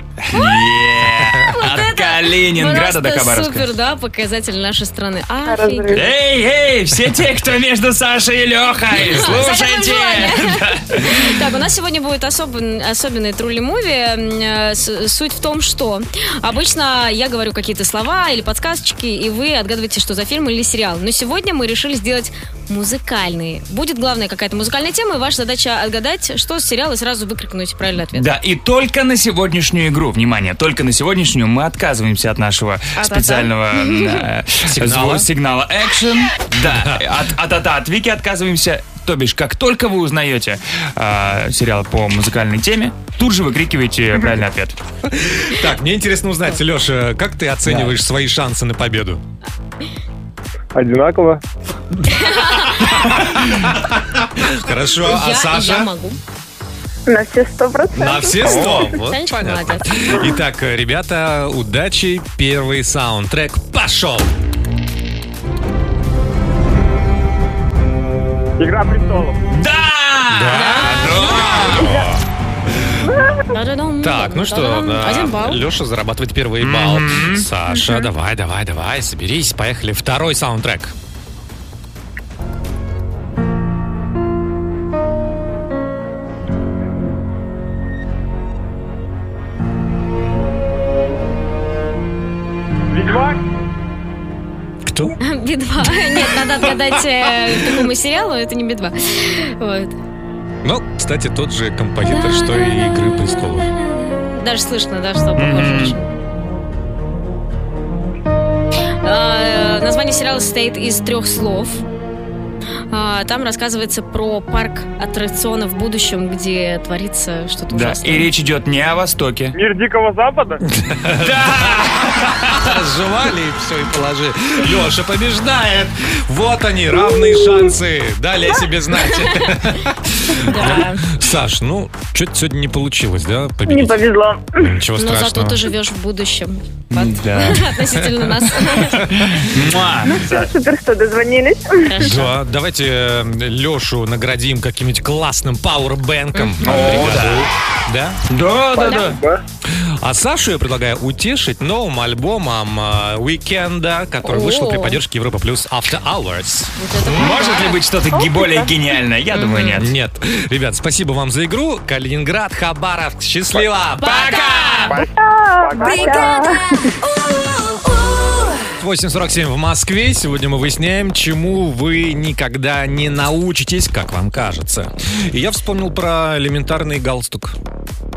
B: Е, От Калининграда до
C: Просто
B: Хабаровска.
C: супер, да, показатель нашей страны. Офигеть.
B: Эй, эй, все те, кто между Сашей и Лехой, слушайте! *laughs*
C: Так, у нас сегодня будет особен- особенный трули муви. Э, с- Суть в том, что обычно я говорю какие-то слова или подсказочки, и вы отгадываете, что за фильм или сериал. Но сегодня мы решили сделать музыкальный. Будет главная какая-то музыкальная тема, и ваша задача отгадать, что с сериала, и сразу выкрикнуть правильный ответ.
B: Да, и только на сегодняшнюю игру, внимание, только на сегодняшнюю мы отказываемся от нашего
C: А-та-та. *laughs*
B: специального м, э,
A: Сигнала.
B: зву- сигнала action.
C: *laughs*
B: Да, от, от, от, от Вики отказываемся. То бишь, как только вы узнаете э, сериал по музыкальной теме, тут же выкрикиваете правильный ответ.
A: Так, мне интересно узнать, Леша, как ты оцениваешь свои шансы на победу?
G: Одинаково.
A: Хорошо, а
C: Я-
A: Саша?
C: Я могу.
M: На все 100%.
A: На все сто. Вот
C: Санечка
A: понятно.
C: молодец.
A: Итак, ребята, удачи. Первый саундтрек пошел.
G: Игра престолов.
B: Да!
C: Да-да-дам,
A: Так, ну что,
C: да-да-дам. Один балл.
A: Леша зарабатывает первый балл. Саша, давай, давай, давай, соберись, поехали. Второй саундтрек.
G: Ведьмак.
A: Кто?
C: Би-2. *laughs* Нет, надо отгадать, э, какому сериалу, это не Би-2. Вот.
A: Ну, кстати, тот же композитор, что и «Игры престолов». *laughs*
C: Даже слышно, да, что похоже. очень. А, э, Название сериала состоит из трех слов. А, А, Там рассказывается про парк аттракционов в будущем, где творится что-то
B: Да,
C: ужасное.
B: и речь идет не о Востоке.
L: Мир Дикого Запада?
A: Разжевали и все, и положи. *laughs* Леша побеждает. Вот они, равные шансы. Дали о себе знать. Саш, ну, что-то сегодня не получилось, да, победить?
M: Не повезло.
A: Ничего
C: Но
A: страшного.
C: зато ты живешь в будущем *laughs* относительно
A: относительно
B: *laughs*
C: нас.
M: Ну все, супер, что дозвонились.
A: Да, давайте Лешу наградим каким-нибудь классным пауэрбэнком.
B: О,
A: Да?
B: Да, да, да.
A: А Сашу я предлагаю утешить новым альбомом э, Уикенда, который вышел
B: О.
A: при поддержке Европа Плюс After Hours.
B: Может ли быть что-то ге- более гениальное? Я думаю, нет.
A: Нет. Ребят, спасибо вам за игру. Калининград, Хабаровск. Счастливо! Пока!
E: Бригада!
A: 8.47 в Москве. Сегодня мы выясняем, чему вы никогда не научитесь, как вам кажется. И я вспомнил про элементарный галстук.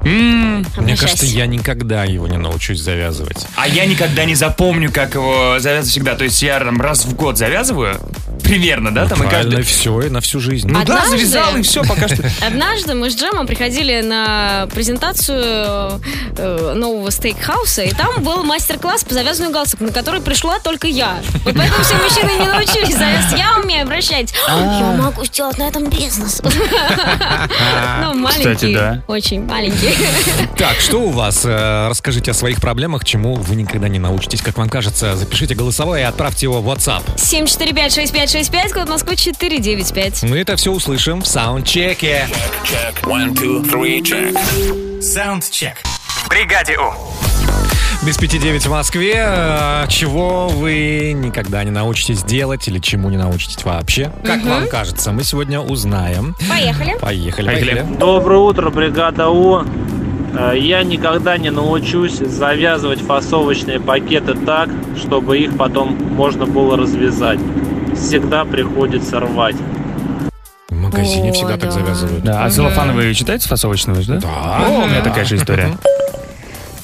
B: М-м.
A: Мне
B: Обращайся.
A: кажется, я никогда его не научусь завязывать.
B: А я никогда не запомню, как его завязывать всегда. То есть я там раз в год завязываю, примерно, да, там и каждый...
A: все, и на всю жизнь.
B: Ну да, завязал, и все, пока что.
C: Однажды мы с Джемом приходили на презентацию э, нового стейкхауса, и там был мастер-класс по завязанию галстук, на который пришла только я. Вот поэтому все мужчины не научились завязывать. Я умею обращать.
A: А,
C: Я могу сделать на этом бизнес. Ну,
A: Кстати, да.
C: маленький. Очень маленький.
A: Так, что у вас? Э, Расскажите о своих проблемах, чему вы никогда не научитесь, как вам кажется. Запишите голосовое и отправьте его в WhatsApp.
C: 745-6565, код Москвы 495.
A: Мы это все услышим в саундчеке.
D: One, two, three, check. Саундчек. В бригаде У.
A: Без пяти девять в Москве. Э, Чего вы никогда не научитесь делать или чему не научитесь вообще? Как
C: Мгм.
A: вам кажется, мы сегодня узнаем.
C: Поехали.
A: Поехали, поехали.
N: Доброе утро, бригада У. Э, Я никогда не научусь завязывать фасовочные пакеты так, чтобы их потом можно было развязать. Всегда приходится рвать.
A: В магазине всегда так завязывают.
B: Да, а целлофановые читается фасовочную, да? Да. О, у меня такая же история.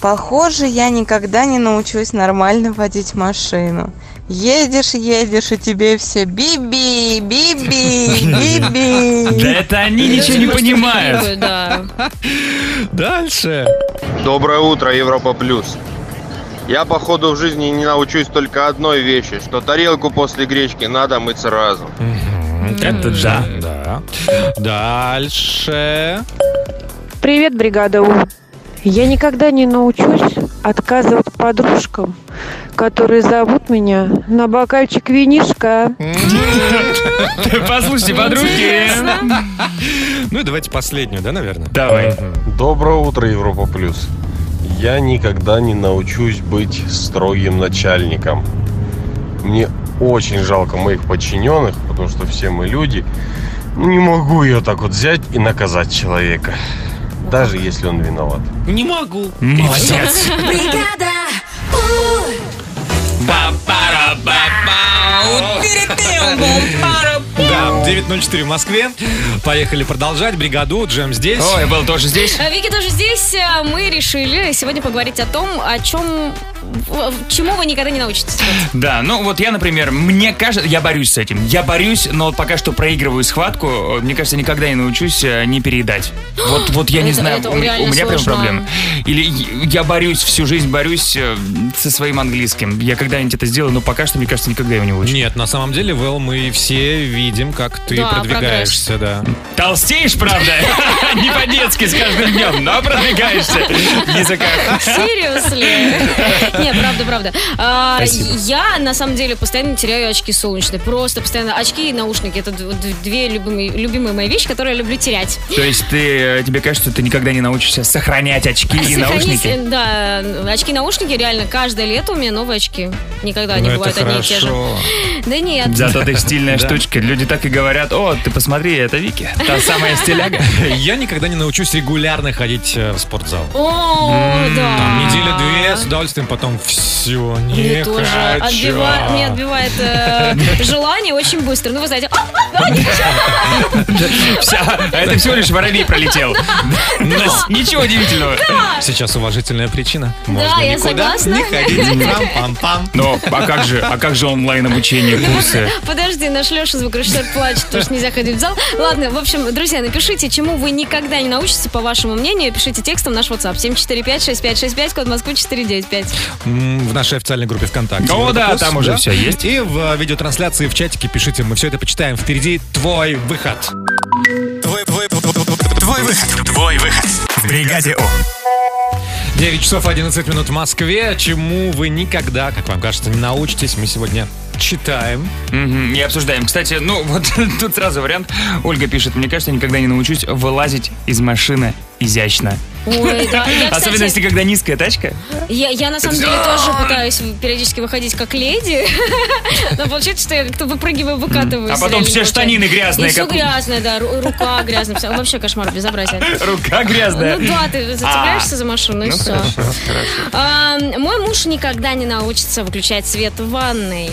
O: Похоже, я никогда не научусь нормально водить машину. Едешь, едешь, и тебе все биби, биби,
B: *laughs*
O: биби.
B: *laughs* Да это они ничего не
C: Э,
B: понимают.
A: Дальше.
P: Доброе утро, Европа Плюс. Я, походу, в жизни не научусь только одной вещи, что тарелку после гречки надо мыть сразу.
A: Это да. Да. Дальше.
Q: Привет, бригада У. Я никогда не научусь отказывать подружкам, которые зовут меня на бокальчик винишка.
B: *laughs* Послушайте, подружки.
A: Ну и давайте последнюю, да, наверное?
B: Давай.
R: Доброе утро, Европа Плюс. Я никогда не научусь быть строгим начальником. Мне очень жалко моих подчиненных, потому что все мы люди. Не могу я так вот взять и наказать человека, даже если он виноват.
A: Не могу.
R: Молодец.
E: Бригада!
A: Да, 9.04 в Москве. Поехали продолжать. Бригаду, Джем здесь.
B: Ой, был тоже здесь.
C: А Вики тоже здесь. А, Мы решили сегодня поговорить о том, о чем, в- в- чему вы никогда не научитесь.
B: Да, ну вот я, например, мне кажется, я борюсь с этим. Я борюсь, но вот пока что проигрываю схватку. Мне кажется, никогда не научусь э, не
C: *gasps*
B: переедать. Вот, вот я не
C: Это-
B: знаю,
C: это
B: у, меня- у
C: реально
B: меня прям
C: сложно.
B: проблема. Или я борюсь, всю жизнь борюсь э, со своим английским. Я когда-нибудь это сделаю, но пока что, мне кажется, никогда его не выучу.
A: Нет, на самом деле, Вэл, мы все видим, как ты
B: Да,
A: продвигаешься, да.
B: Толстеешь, правда? *laughs* Не по-детски с каждым днем, но продвигаешься *laughs* в языках.
C: Серьезно?
B: *laughs*
C: Не, правда, правда. А,
B: Спасибо.
C: Я, на самом деле, постоянно теряю очки солнечные. Просто постоянно. Очки и наушники. Это д- д- две любимые, любимые мои вещи, которые я люблю терять.
B: То есть ты, э, тебе кажется, что ты никогда не научишься сохранять очки и
C: *laughs* Сохранить,
B: наушники?
C: э, Да, очки-наушники, реально, каждое лето у меня новые очки. Никогда не
B: Ну, это
C: бывают одни и те же.
B: хорошо.
C: Да нет.
B: Зато ты стильная
A: Да.
B: штучка. Люди так и говорят, о, ты посмотри, это Вики. Та самая стиляга. *laughs*
A: Я никогда не научусь регулярно ходить э, в спортзал.
C: О, да.
A: Там неделя две с удовольствием, потом потом все, не
C: Мне А. тоже
A: хочу.
C: отбива- мне отбивает э, желание очень быстро. Ну, вы знаете, «А, а, а, не хочу».
B: Вся- а это всего лишь воробей пролетел. То есть Ничего удивительного.
A: Сейчас уважительная причина.
C: да, я согласна.
A: пам
B: Но а как же, а как же онлайн обучение, курсы?
C: Подожди, наш Леша звукорежиссер плачет, потому что нельзя ходить в зал. Ладно, в общем, друзья, напишите, чему вы никогда не научитесь, по вашему мнению. Пишите текстом в наш WhatsApp. 745-6565, код Москвы 495.
A: М, В нашей официальной группе ВКонтакте.
B: О,
A: Европа
B: да,
A: Плюс,
B: там уже всё есть.
A: И в э, видеотрансляции в чатике пишите, мы все это почитаем. Впереди твой выход.
D: Твой, твой, твой, твой, твой выход. Твой выход. В бригаде У.
A: 9 часов 11 минут в Москве. Чему вы никогда, как вам кажется, не научитесь, мы сегодня читаем.
B: Мгм, и обсуждаем. Кстати, ну *laughs* вот тут сразу вариант. Ольга пишет, мне кажется, я никогда не научусь вылазить из машины изящно.
C: Ой,
B: *laughs*
C: да, я, кстати-
B: Особенно если когда низкая тачка.
C: Я, я на самом деле тоже пытаюсь периодически выходить как леди, *laughs* но получается, что я как-то выпрыгиваю, выкатываюсь.
B: А потом
C: реально
B: все
C: получается.
B: штанины грязные,
C: И все
B: как у-
C: грязное, да, ру- рука грязная, всё. вообще кошмар, безобразие.
B: *laughs* Рука грязная.
C: Ну да, ты зацепляешься
B: А.
C: за машину и
B: Ну,
C: все.
B: хорошо, хорошо.
C: мой муж никогда не научится выключать свет в ванной,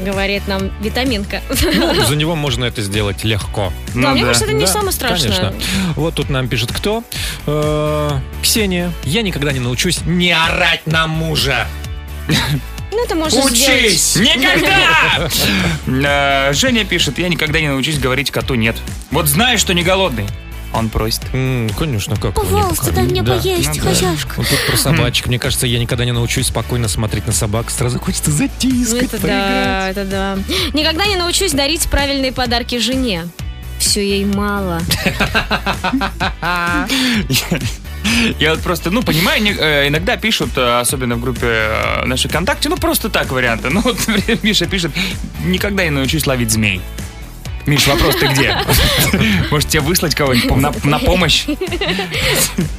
C: говорит нам витаминка. *laughs*
A: Ну, за него можно это сделать легко.
C: Да,
B: Ну
C: мне кажется, это не самое страшное.
A: Конечно. Вот тут нам пишет кто? Э, Ксения. Я никогда не научусь не орать на мужа.
C: Ну, это можно
B: Учись!
C: сделать.
B: Никогда! *laughs* Э, Женя пишет, я никогда не научусь говорить коту «нет». Вот знаешь, что не голодный. Он просит. *laughs*
A: Конечно, как вы не
B: Пожалуйста,
A: покормили?
B: дай мне
A: Да.
B: поесть,
A: Ну да.
B: хозяюшка.
A: Вот тут про собачек. Мне кажется, я никогда не научусь спокойно смотреть на собак. Сразу хочется
C: Ну,
A: затискать,
C: это да,
A: поиграть.
C: это да. Никогда не научусь дарить правильные подарки жене. Все ей мало.
B: Я вот просто, ну, понимаю, не- э, иногда пишут, э, особенно в группе э, нашей ВКонтакте, ну, просто так варианты. Ну, вот *laughs* например, Миша пишет, никогда не научусь ловить змей. Миш, вопрос, ты где? *laughs* Может, тебе выслать кого-нибудь пом- на, на помощь?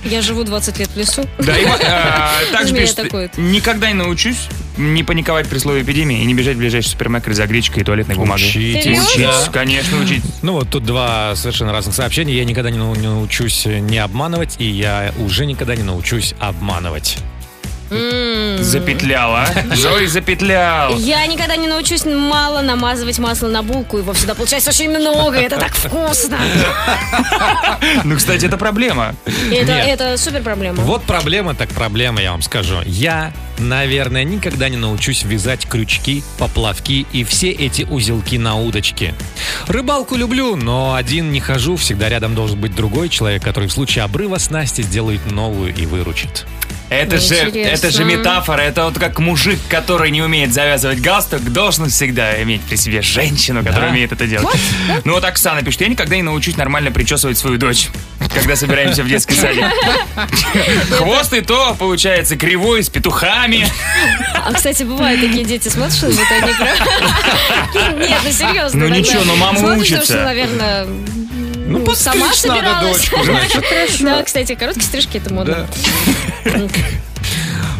C: Я живу 20 лет в лесу.
B: Да, и вот, э, также
C: Змея
B: пишет,
C: атакует.
B: никогда не научусь не паниковать при слове эпидемии и не бежать в ближайший супермаркет за гречкой и туалетной бумагой.
A: Учитесь.
B: Учитесь,
A: Да.
B: конечно, учитесь.
A: Ну вот тут два совершенно разных сообщения. Я никогда не нау- не научусь не обманывать, и я уже никогда не научусь обманывать.
B: Запетляла. Зой а? запетлял.
C: Я никогда не научусь мало намазывать масло на булку. Его всегда получается очень много. Это так вкусно.
B: Ну, кстати, это проблема.
C: Это,
A: Нет.
C: это супер проблема.
A: Вот проблема так проблема, я вам скажу. Я, наверное, никогда не научусь вязать крючки, поплавки и все эти узелки на удочке. Рыбалку люблю, но один не хожу, всегда рядом должен быть другой человек, который в случае обрыва снасти сделает новую и выручит.
B: Это же,
A: Интересно.
B: это же метафора, это вот как мужик, который не умеет завязывать галстук, должен всегда иметь при себе женщину, которая
A: Да.
B: умеет это делать. Ну вот Оксана пишет, я никогда не научусь нормально причесывать свою дочь, когда собираемся в детский садик. Хвост и то, получается, кривой, с петухами.
C: А, кстати, бывают такие дети, смотришь, и в итоге прям- Нет, ну серьезно.
B: Ну
C: иногда.
B: ничего, но мама
C: Смотришь, потому
B: учится.
C: что, наверное, ну, сама
B: подстричь надо
C: собиралась.
B: дочку, значит,
C: Да, кстати, короткие стрижки это модно.
A: *laughs*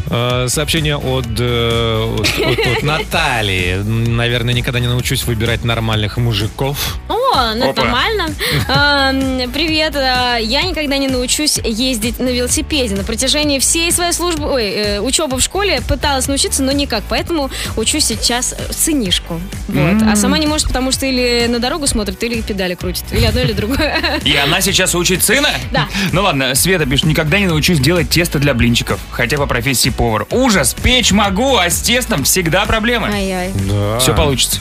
A: Э, Сообщение от, э, от- от- от Натальи. Наверное, никогда не научусь выбирать нормальных мужиков.
C: О, ну это
A: Опа.
C: нормально. Эм, Привет, э, я никогда не научусь ездить на велосипеде. На протяжении всей своей службы, ой, э, учебы в школе пыталась научиться, но никак. Поэтому учусь сейчас э, сынишку. Вот. А
B: М.
C: сама не может, потому что или на дорогу смотрит, или педали крутит. Или одно, или другое.
B: И она сейчас учит сына?
C: Да.
B: Ну ладно, Света пишет, никогда не научусь делать тесто для блинчиков, хотя по профессии повар. Ужас, печь могу, а с тестом всегда проблемы.
C: Ай-ай.
A: Да.
B: Все получится.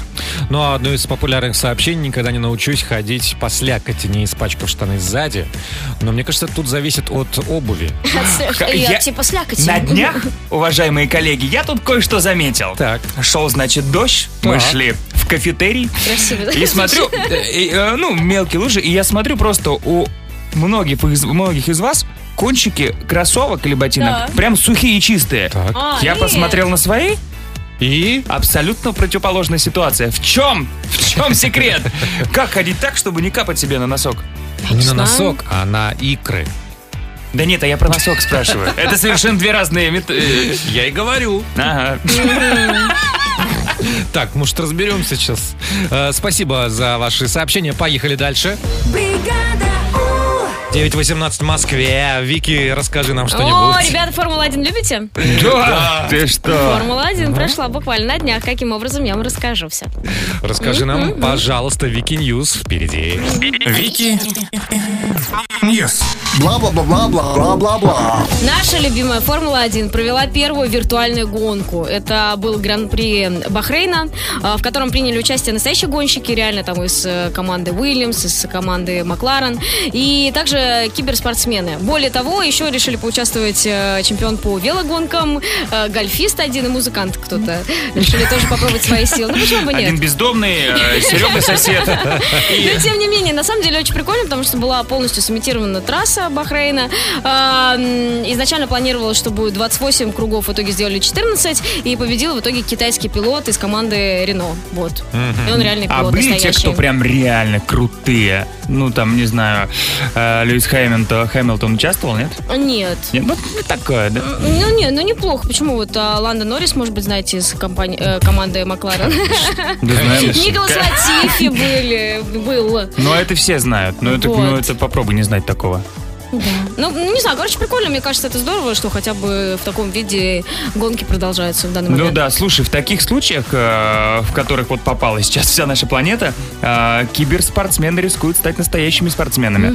A: Ну а одно из популярных сообщений никогда не научусь ходить по слякоти, не испачкав штаны сзади. Но мне кажется, тут зависит от обуви.
B: Ха-
C: И
B: я-
C: от типа слякоти.
B: На днях,
C: *laughs*
B: уважаемые коллеги, я тут кое-что заметил.
A: Так.
B: Шел, значит, дождь. Мы
A: Так.
B: шли в кафетерий.
C: Красиво.
B: И смотрю, э, и, э, ну, мелкие лужи, и я смотрю просто у многих из, многих из вас кончики кроссовок или ботинок
A: Да.
B: прям сухие и чистые.
A: А,
B: я
A: нет.
B: посмотрел на свои.
A: И
B: абсолютно противоположная ситуация. В чем? В чем секрет? Как ходить так, чтобы не капать себе на носок?
A: Не на
B: знаю.
A: носок, а на икры.
B: Да нет, а я про носок спрашиваю. Это совершенно две разные мет- э,
A: Я и говорю.
B: Ага.
A: Так, может, разберемся сейчас. Э, Спасибо за ваши сообщения. Поехали дальше.
E: Бригада У.
A: 9.18 в Москве. Вики, расскажи нам
C: *laughs* О,
A: что-нибудь.
C: ребята, Формула-1 любите?
A: Да.
B: Ты что?
C: Формула-1 прошла буквально на днях. Каким образом, я вам расскажу все.
A: Расскажи нам, пожалуйста, Вики Ньюс впереди.
D: Вики Ньюс. Бла-бла-бла-бла-бла-бла-бла.
C: Наша любимая Формула-1 провела первую виртуальную гонку. Это был Гран-при Бахрейна, а, в котором приняли участие настоящие гонщики, реально там из э, команды Уильямс, из команды Макларен, и также киберспортсмены. Более того, еще решили поучаствовать э, чемпион по велогонкам, э, гольфист один и музыкант кто-то. Решили тоже попробовать свои силы. Ну почему бы нет?
B: Один бездомный, э, Серега сосед.
C: Но тем не менее, на самом деле очень прикольно, потому что была полностью сымитирована трасса Бахрейна. А, м, Изначально планировалось, что будет 28 кругов, в итоге сделали 14, и победил в итоге китайский пилот из команды Рено. Вот. И он реальный
B: А
C: пилот
B: были те,
C: настоящий.
B: кто прям реально крутые? Ну, там, не знаю, э, Льюис Хэмилтон, Хэмилтон участвовал, нет?
C: Нет.
B: Нет, ну, ну, такое, да?
C: Ну не, ну неплохо. Почему вот а, Ланда Норрис, может быть, знаете, из компании, э, команды Макларен?
B: Да знаем.
C: Николас Латифи были, был.
B: Ну, это все знают. Ну, это, ну,
C: Вот.
B: это попробуй не знать такого.
C: Ну, не знаю, короче, прикольно. Мне кажется, это здорово, что хотя бы в таком виде гонки продолжаются в данный момент.
B: Ну да, слушай, в таких случаях, э, в которых вот попала сейчас вся наша планета, э, киберспортсмены рискуют стать настоящими спортсменами.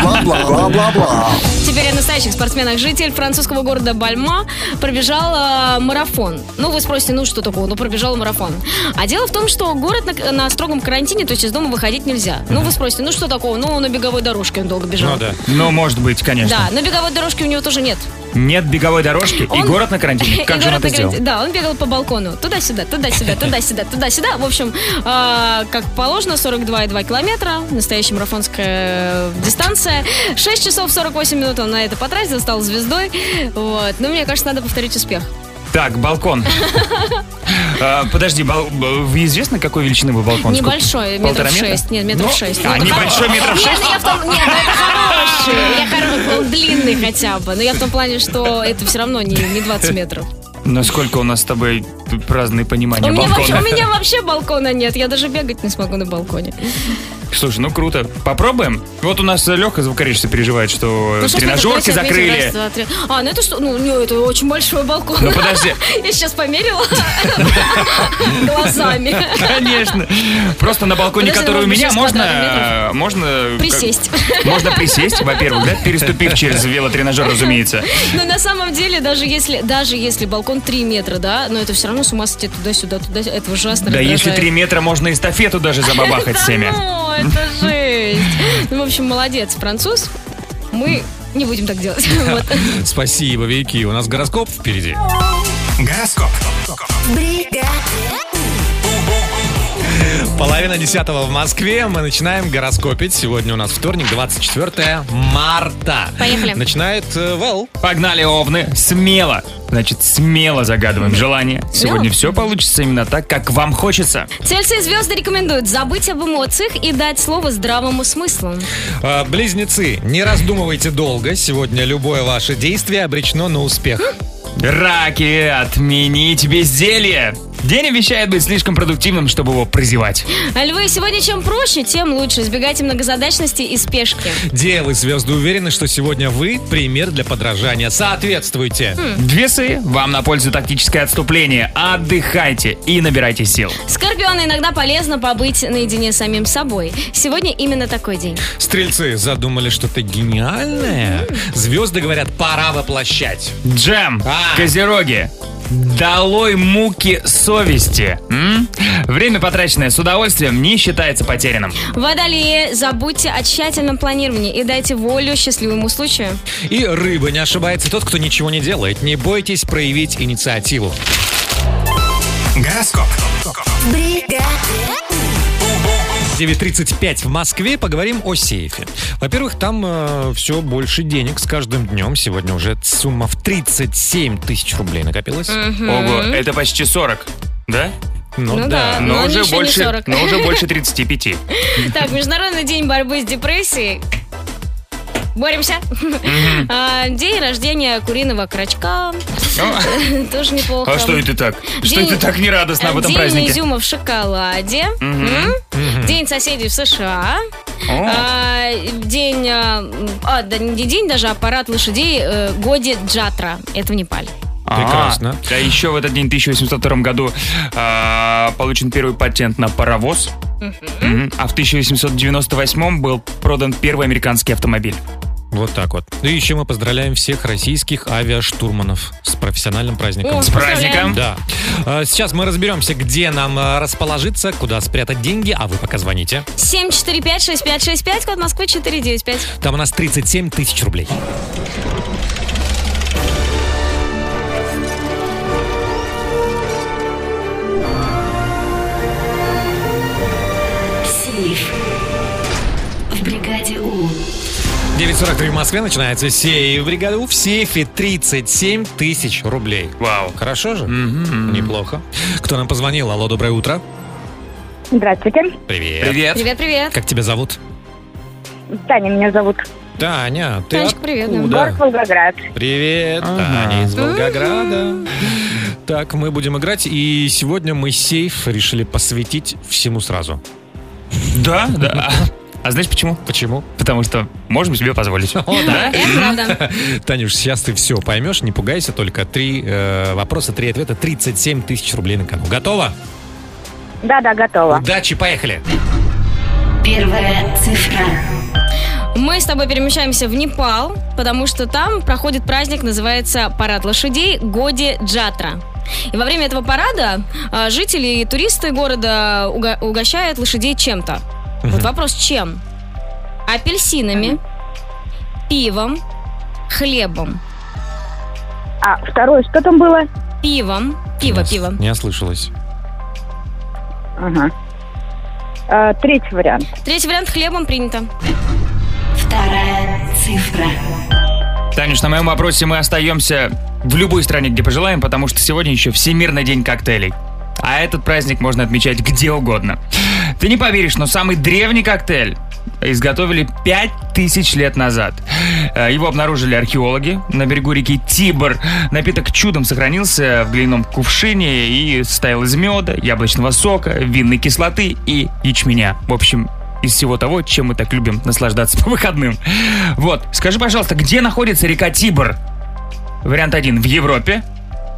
D: Бла-бла-бла-бла-бла-бла.
C: Теперь о настоящих спортсменах. Житель французского города Бальма пробежал э, марафон. Ну, вы спросите, ну что такого? Ну, пробежал марафон. А дело в том, что город на, на строгом карантине, то есть из дома выходить нельзя. Ну, вы спросите, ну что такого? Ну, на беговой дорожке он долго бежал.
B: Ну да. Ну, может быть,
C: Да,
B: конечно.
C: на беговой дорожке у него тоже нет.
B: Нет беговой дорожки и
C: Он-
B: город на карантине.
C: *laughs* И
B: Как же он
C: город
B: это
C: на
B: сделал?
C: карантине. Да, он бегал по балкону. Туда-сюда,
B: *laughs*
C: туда-сюда, туда-сюда, туда-сюда. В общем, э, как положено, 42,2 километра. Настоящая марафонская э, дистанция. 6 часов 48 минут он на это потратил, стал звездой. Вот. Но мне кажется, надо повторить успех.
B: Так,
C: *laughs*
B: балкон. Э, Подожди, бал- б- вы известно, какой величины был балкон? Сколько?
C: Небольшой, метров
B: Полтора метра?
C: шесть. Нет, метров
B: Ну,
C: шесть.
B: А,
C: Ну, это
B: небольшой
C: хоро-
B: метров
C: Нет,
B: шесть?
C: ну я в том... Нет, ну
B: *laughs*
C: это хороший. Я хоро- Он длинный хотя бы. Но я в том плане, что это все равно не, не 20 метров.
B: Насколько у нас с тобой п- разные
C: У
B: понимания
C: меня, вообще,
B: балкона.
C: у меня вообще балкона нет. Я даже бегать не смогу на балконе.
B: Слушай, ну круто. Попробуем? Вот у нас Леха звукорежиссер переживает, что
C: Ну, шесть
B: тренажерки
C: метров, давайте отметим.
B: Э, закрыли.
C: Раз, два, три. А, ну это что? Ну, не, это очень большой балкон.
B: Ну, подожди.
C: *laughs* Я
B: *laughs*
C: сейчас померила глазами.
B: Конечно. Просто на балконе,
C: Подожди,
B: который у
C: ну,
B: меня,
C: шесть
B: можно... э,
C: квадратных
B: Можно...
C: Присесть.
B: как- Можно присесть, во-первых, да, переступив через велотренажер, разумеется.
C: Но Ну, на самом деле, даже если, даже если балкон 3 метра, да, но это все равно с ума сойти туда-сюда, туда Это ужасно
B: Да
C: раздражает.
B: если 3 метра, можно эстафету даже забабахать
C: Да
B: всеми.
C: ну, это жесть. Ну, в общем, молодец, француз. Мы не будем так делать. *laughs*
B: *laughs*
C: Вот.
A: Спасибо, Вики. У нас гороскоп впереди.
D: Гороскоп.
A: Половина десятого в Москве. Мы начинаем гороскопить. Сегодня у нас вторник, 24 марта.
C: Поехали.
A: Начинает э, Вэл.
B: Погнали, овны, смело. Значит, смело загадываем желание. Сегодня
C: Смело.
B: все получится именно так, как вам хочется.
C: Тельцы и звезды рекомендуют забыть об эмоциях и дать слово здравому смыслу.
A: Э, Близнецы, не раздумывайте долго. Сегодня любое ваше действие обречено на успех.
B: Раки, отменить безделье. День обещает быть слишком продуктивным, чтобы его прозевать.
C: А Львы, сегодня чем проще, тем лучше. Избегайте многозадачности и спешки.
A: Девы, звезды уверены, что сегодня вы пример для подражания. Соответствуйте.
B: Хм. Весы, вам на пользу тактическое отступление. Отдыхайте и набирайте сил.
C: Скорпионы, иногда полезно побыть наедине с самим собой. Сегодня именно такой день.
A: Стрельцы задумали что-то гениальное. Звезды говорят, пора воплощать.
B: Джем,
A: А.
B: козероги, долой муки совести. М? Время, потраченное с удовольствием, не считается потерянным.
C: Водолеи, забудьте о тщательном планировании и дайте волю счастливому случаю.
A: И рыба не ошибается тот, кто ничего не делает. Не бойтесь проявить инициативу.
D: Гороскоп.
A: 9.35 в Москве. Поговорим о сейфе. Во-первых, там все больше денег с каждым днем. Сегодня уже сумма в 37 тысяч рублей накопилась.
C: Мгм.
B: Ого, это почти 40, да?
A: Ну
C: Ну да. да,
B: Но,
C: но
B: уже
C: еще не
B: больше, Ну.
C: 40. *laughs*
B: но уже больше 35.
C: Так, Международный день борьбы с депрессией. Боремся. *laughs* А, День рождения куриного крачка. *laughs* Тоже неплохо.
B: А что это так? Что
C: День-
B: это так нерадостно об этом
C: День
B: празднике?
C: изюма в шоколаде.
B: Мгм.
C: М?
B: Мгм.
C: День соседей в США.
B: О.
C: А, День... а, А, да не день даже, а парад лошадей э, Годи Джатра. Это в Непале.
A: Прекрасно.
B: А, да, еще в этот день, в 1802 году, а, получен первый патент на паровоз. Мгм. А в 1898 был продан первый американский автомобиль.
A: Вот так вот. Ну и еще мы поздравляем всех российских авиаштурманов с профессиональным праздником.
B: О, С праздником! поздравляем.
A: Да. А, Сейчас мы разберемся, где нам а, расположиться, куда спрятать деньги, а вы пока звоните.
C: 745-6565, код Москвы 495.
A: Там у нас 37 тысяч рублей.
E: Сейф. В бригаде У.
A: 9.43 в Москве начинается сейф. Бригада У в сейфе 37 тысяч рублей.
B: Вау.
A: Хорошо же? Неплохо. Кто нам позвонил? Алло, доброе утро.
M: Здравствуйте.
A: Привет.
B: Привет.
C: Привет, привет.
A: Как тебя зовут?
M: Таня меня зовут.
A: Таня, ты
M: Танечка,
C: привет.
A: откуда?
M: Город Волгоград.
A: Привет, Таня из Волгограда. Так, мы будем играть, и сегодня мы сейф решили посвятить всему сразу.
B: Да, да. *laughs* А знаешь почему?
A: Почему?
B: Потому что можем себе *laughs* позволить.
C: *laughs* Это правда.
A: Танюш, сейчас ты все поймешь, не пугайся, только три э, вопроса, три ответа, 37 тысяч рублей на кону. Готово?
M: Да, да, готова.
A: Удачи, поехали!
M: Первая цифра.
C: Мы с тобой перемещаемся в Непал, потому что там проходит праздник, называется Парад лошадей Годи Джатра. И во время этого парада а, жители и туристы города уго- угощают лошадей чем-то. Вот
E: Мгм.
C: вопрос, чем? Апельсинами, пивом, хлебом.
M: А второе, что там было?
C: Пивом. Пиво, пиво.
A: Не ослышалось.
M: Ага. А, третий вариант.
C: Третий вариант хлебом принято.
E: Вторая цифра.
B: Танюш, на моем вопросе мы остаемся в любой стране, где пожелаем, потому что сегодня еще Всемирный день коктейлей. А этот праздник можно отмечать где угодно. Ты не поверишь, но самый древний коктейль изготовили 5000 лет назад. Э, Его обнаружили археологи на берегу реки Тибр. Напиток чудом сохранился в глиняном кувшине и состоял из меда, яблочного сока, винной кислоты и ячменя. В общем, из всего того, чем мы так любим наслаждаться по выходным. Вот, скажи, пожалуйста, где находится река Тибр? Вариант 1 в Европе,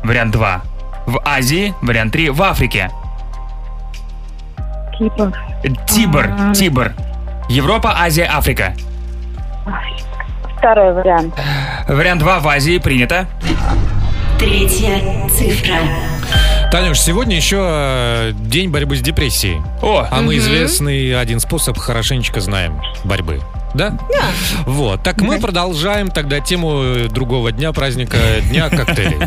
B: вариант 2 в Азии, вариант 3 в Африке.
M: Кипр.
B: Тибр,
M: А.
B: Тибр. Европа, Азия, Африка.
M: Второй вариант.
B: Вариант 2 в Азии принято.
E: Третья цифра.
A: Танюш, сегодня еще э, день борьбы с депрессией.
B: О.
A: А мы
E: Мгм.
A: известный один способ хорошенечко знаем борьбы. Да?
C: Да.
A: Вот. Так мы продолжаем тогда тему э, другого дня праздника Дня коктейлей.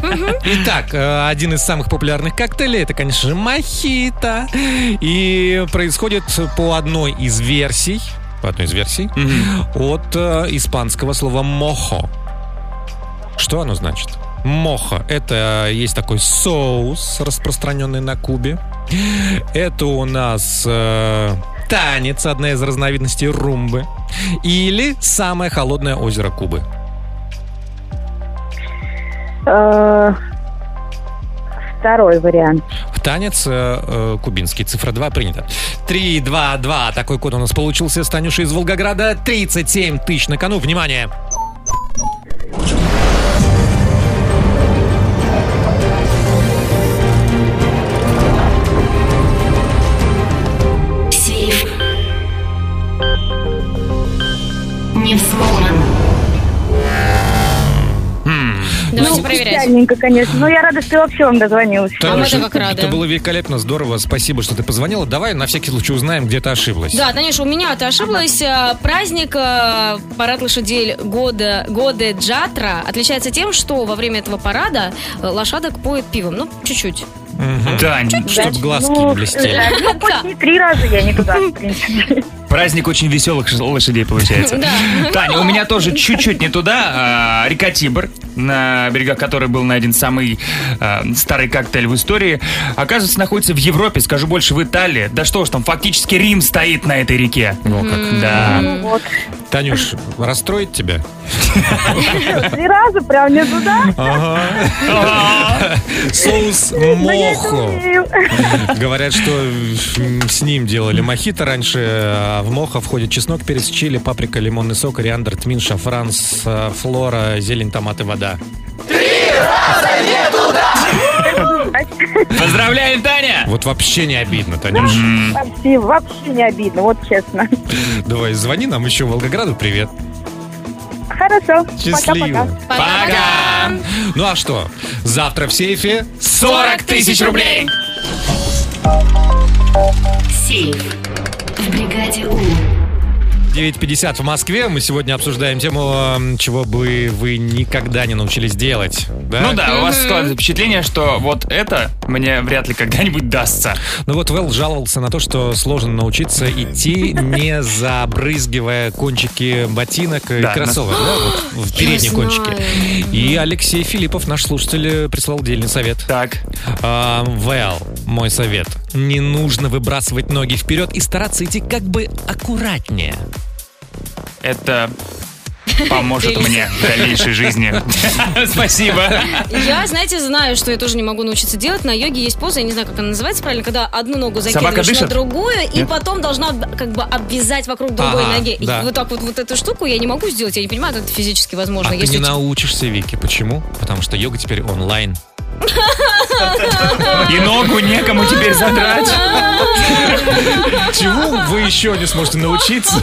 A: Итак, э, один из самых популярных коктейлей это, конечно же, мохито. И происходит по одной из версий, по одной из версий, от э, испанского слова мохо. Что оно значит? Мохо. Это есть такой соус, распространенный на Кубе. Это у нас э, танец, одна из разновидностей румбы. Или самое холодное озеро Кубы.
M: Э, Второй вариант.
A: В танец э, э, кубинский. Цифра 2 принята. 3, 2, 2. Такой код у нас получился с Танюшей из Волгограда. 37 тысяч на кону. Внимание!
E: Сейф. Не взломан.
C: Давайте
M: Ну,
C: проверять.
M: печальненько, конечно. Но я рада, что я вообще вам дозвонилась.
A: Танюша, Это было великолепно, здорово. Спасибо, что ты позвонила. Давай на всякий случай узнаем, где ты ошиблась.
C: Да, Танюша, у меня ты ошиблась. Э, Праздник э, парад лошадей года, года Джатра отличается тем, что во время этого парада э, лошадок поют пивом. Ну, чуть-чуть.
B: Тань,
A: Чтоб глазки не блестели.
M: да, ну, хоть не три раза я не туда, в принципе.
B: Праздник очень веселых ш- лошадей получается.
M: Да.
B: Таня, у меня тоже чуть-чуть не туда. А, Река Тибр, на берегах которой был найден самый а, старый коктейль в истории, оказывается, находится в Европе, скажу больше, в Италии. Да что ж там, фактически Рим стоит на этой реке.
A: Ну как.
B: Да.
M: Ну вот.
A: Танюш, расстроить тебя?
M: Три раза прям не туда.
A: Ага. Соус
M: Ну,
A: мохо. Говорят, что с ним делали мохито раньше. а В мохо входит чеснок, перец, чили, паприка, лимонный сок, кориандр, тмин, шафран, с- э, флора, зелень, томат и вода.
B: Поздравляем, Таня!
A: Вот вообще не обидно, Танюш.
M: Вообще, вообще не обидно, вот честно.
A: Давай, звони нам еще в Волгограду, привет.
M: Хорошо.
A: Счастливо.
M: Пока-пока. Пока.
A: Ну а что, завтра в сейфе
B: 40 тысяч рублей!
S: Сейф. В бригаде У.
A: 9.50 в Москве. Мы сегодня обсуждаем тему, э, чего бы вы никогда не научились делать. Да?
B: Ну да, у вас складывается впечатление, что вот это мне вряд ли когда-нибудь дастся.
A: Ну вот Вэл жаловался на то, что сложно научиться идти,
B: *laughs*
A: не забрызгивая кончики ботинок и
B: Да,
A: кроссовок,
B: на-
A: да,
B: *gasps*
A: вот в передние
B: Я знаю.
A: кончики. И Алексей Филиппов, наш слушатель, э, прислал дельный совет. А,
B: Так.
A: Вэл, мой совет. Не нужно выбрасывать ноги вперед и стараться идти как бы аккуратнее.
B: Это поможет мне в дальнейшей жизни. Спасибо.
C: Я, знаете, знаю, что я тоже не могу научиться делать. На йоге есть поза, я не знаю, как она называется правильно, когда одну ногу
B: Собака
C: закидываешь на
B: дышит?
C: другую, и
B: Нет.
C: потом должна как бы обвязать вокруг другой
A: Ага,
C: ноги. И
A: да.
C: вот так вот, вот эту штуку я не могу сделать. Я не понимаю, как это физически возможно.
A: а ты
C: Если
A: не
C: у тебя-
A: научишься, Вики. Почему? Потому что йога теперь онлайн.
B: И ногу некому теперь задрать.
A: Чего Ну, вы еще не сможете научиться?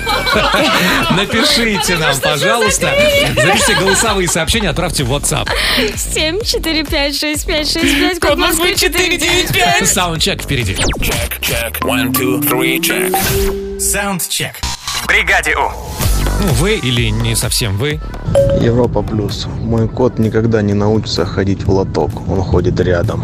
A: Напишите нам, пожалуйста. Запишите голосовые сообщения, отправьте в WhatsApp.
C: 7, 4, 5, 6, 5, 6, 5, код Москвы 4, 9, 5.
A: Саундчек впереди. Ну,
D: Чек, one, two, three, check. Саундчек. В бригаде У.
A: Ну, вы или не совсем вы.
I: Европа плюс. Мой кот никогда не научится ходить в лоток. Он ходит рядом.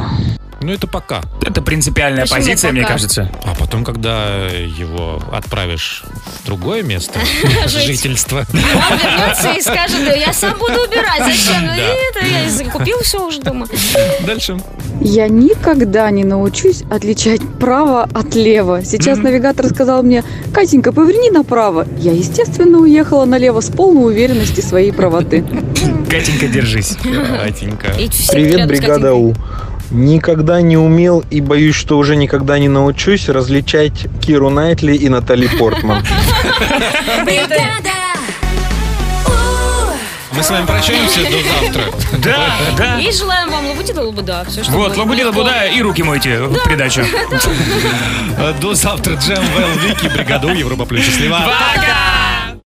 A: Ну, это пока.
B: Это принципиальная
A: Почему
B: позиция, мне
A: пока?
B: кажется.
A: А потом, когда его отправишь в другое место жительства.
C: Он вернется и скажет, да я сам буду убирать, зачем? Ну,
A: Да.
C: и это я закупил все уже дома.
A: Дальше.
T: Я никогда не научусь отличать право от лево. Сейчас навигатор сказал мне, Катенька, поверни направо. Я, естественно, уехала налево с полной уверенности своей правоты.
B: Катенька, держись.
A: Катенька.
I: Привет, бригада У. Никогда не умел и боюсь, что уже никогда не научусь различать Киру Найтли и Натали Портман.
A: Мы с вами прощаемся до завтра.
B: Да, да.
C: И желаем вам лабудила лабуда. Все, что
B: Вот,
C: будет.
B: лабудила
C: Легко.
B: буда и руки мойте
A: *laughs*
B: в придачу.
A: Э, До завтра, Джем, Вэл, Вики, бригаду Европа Плюс. Счастливо.
B: Пока!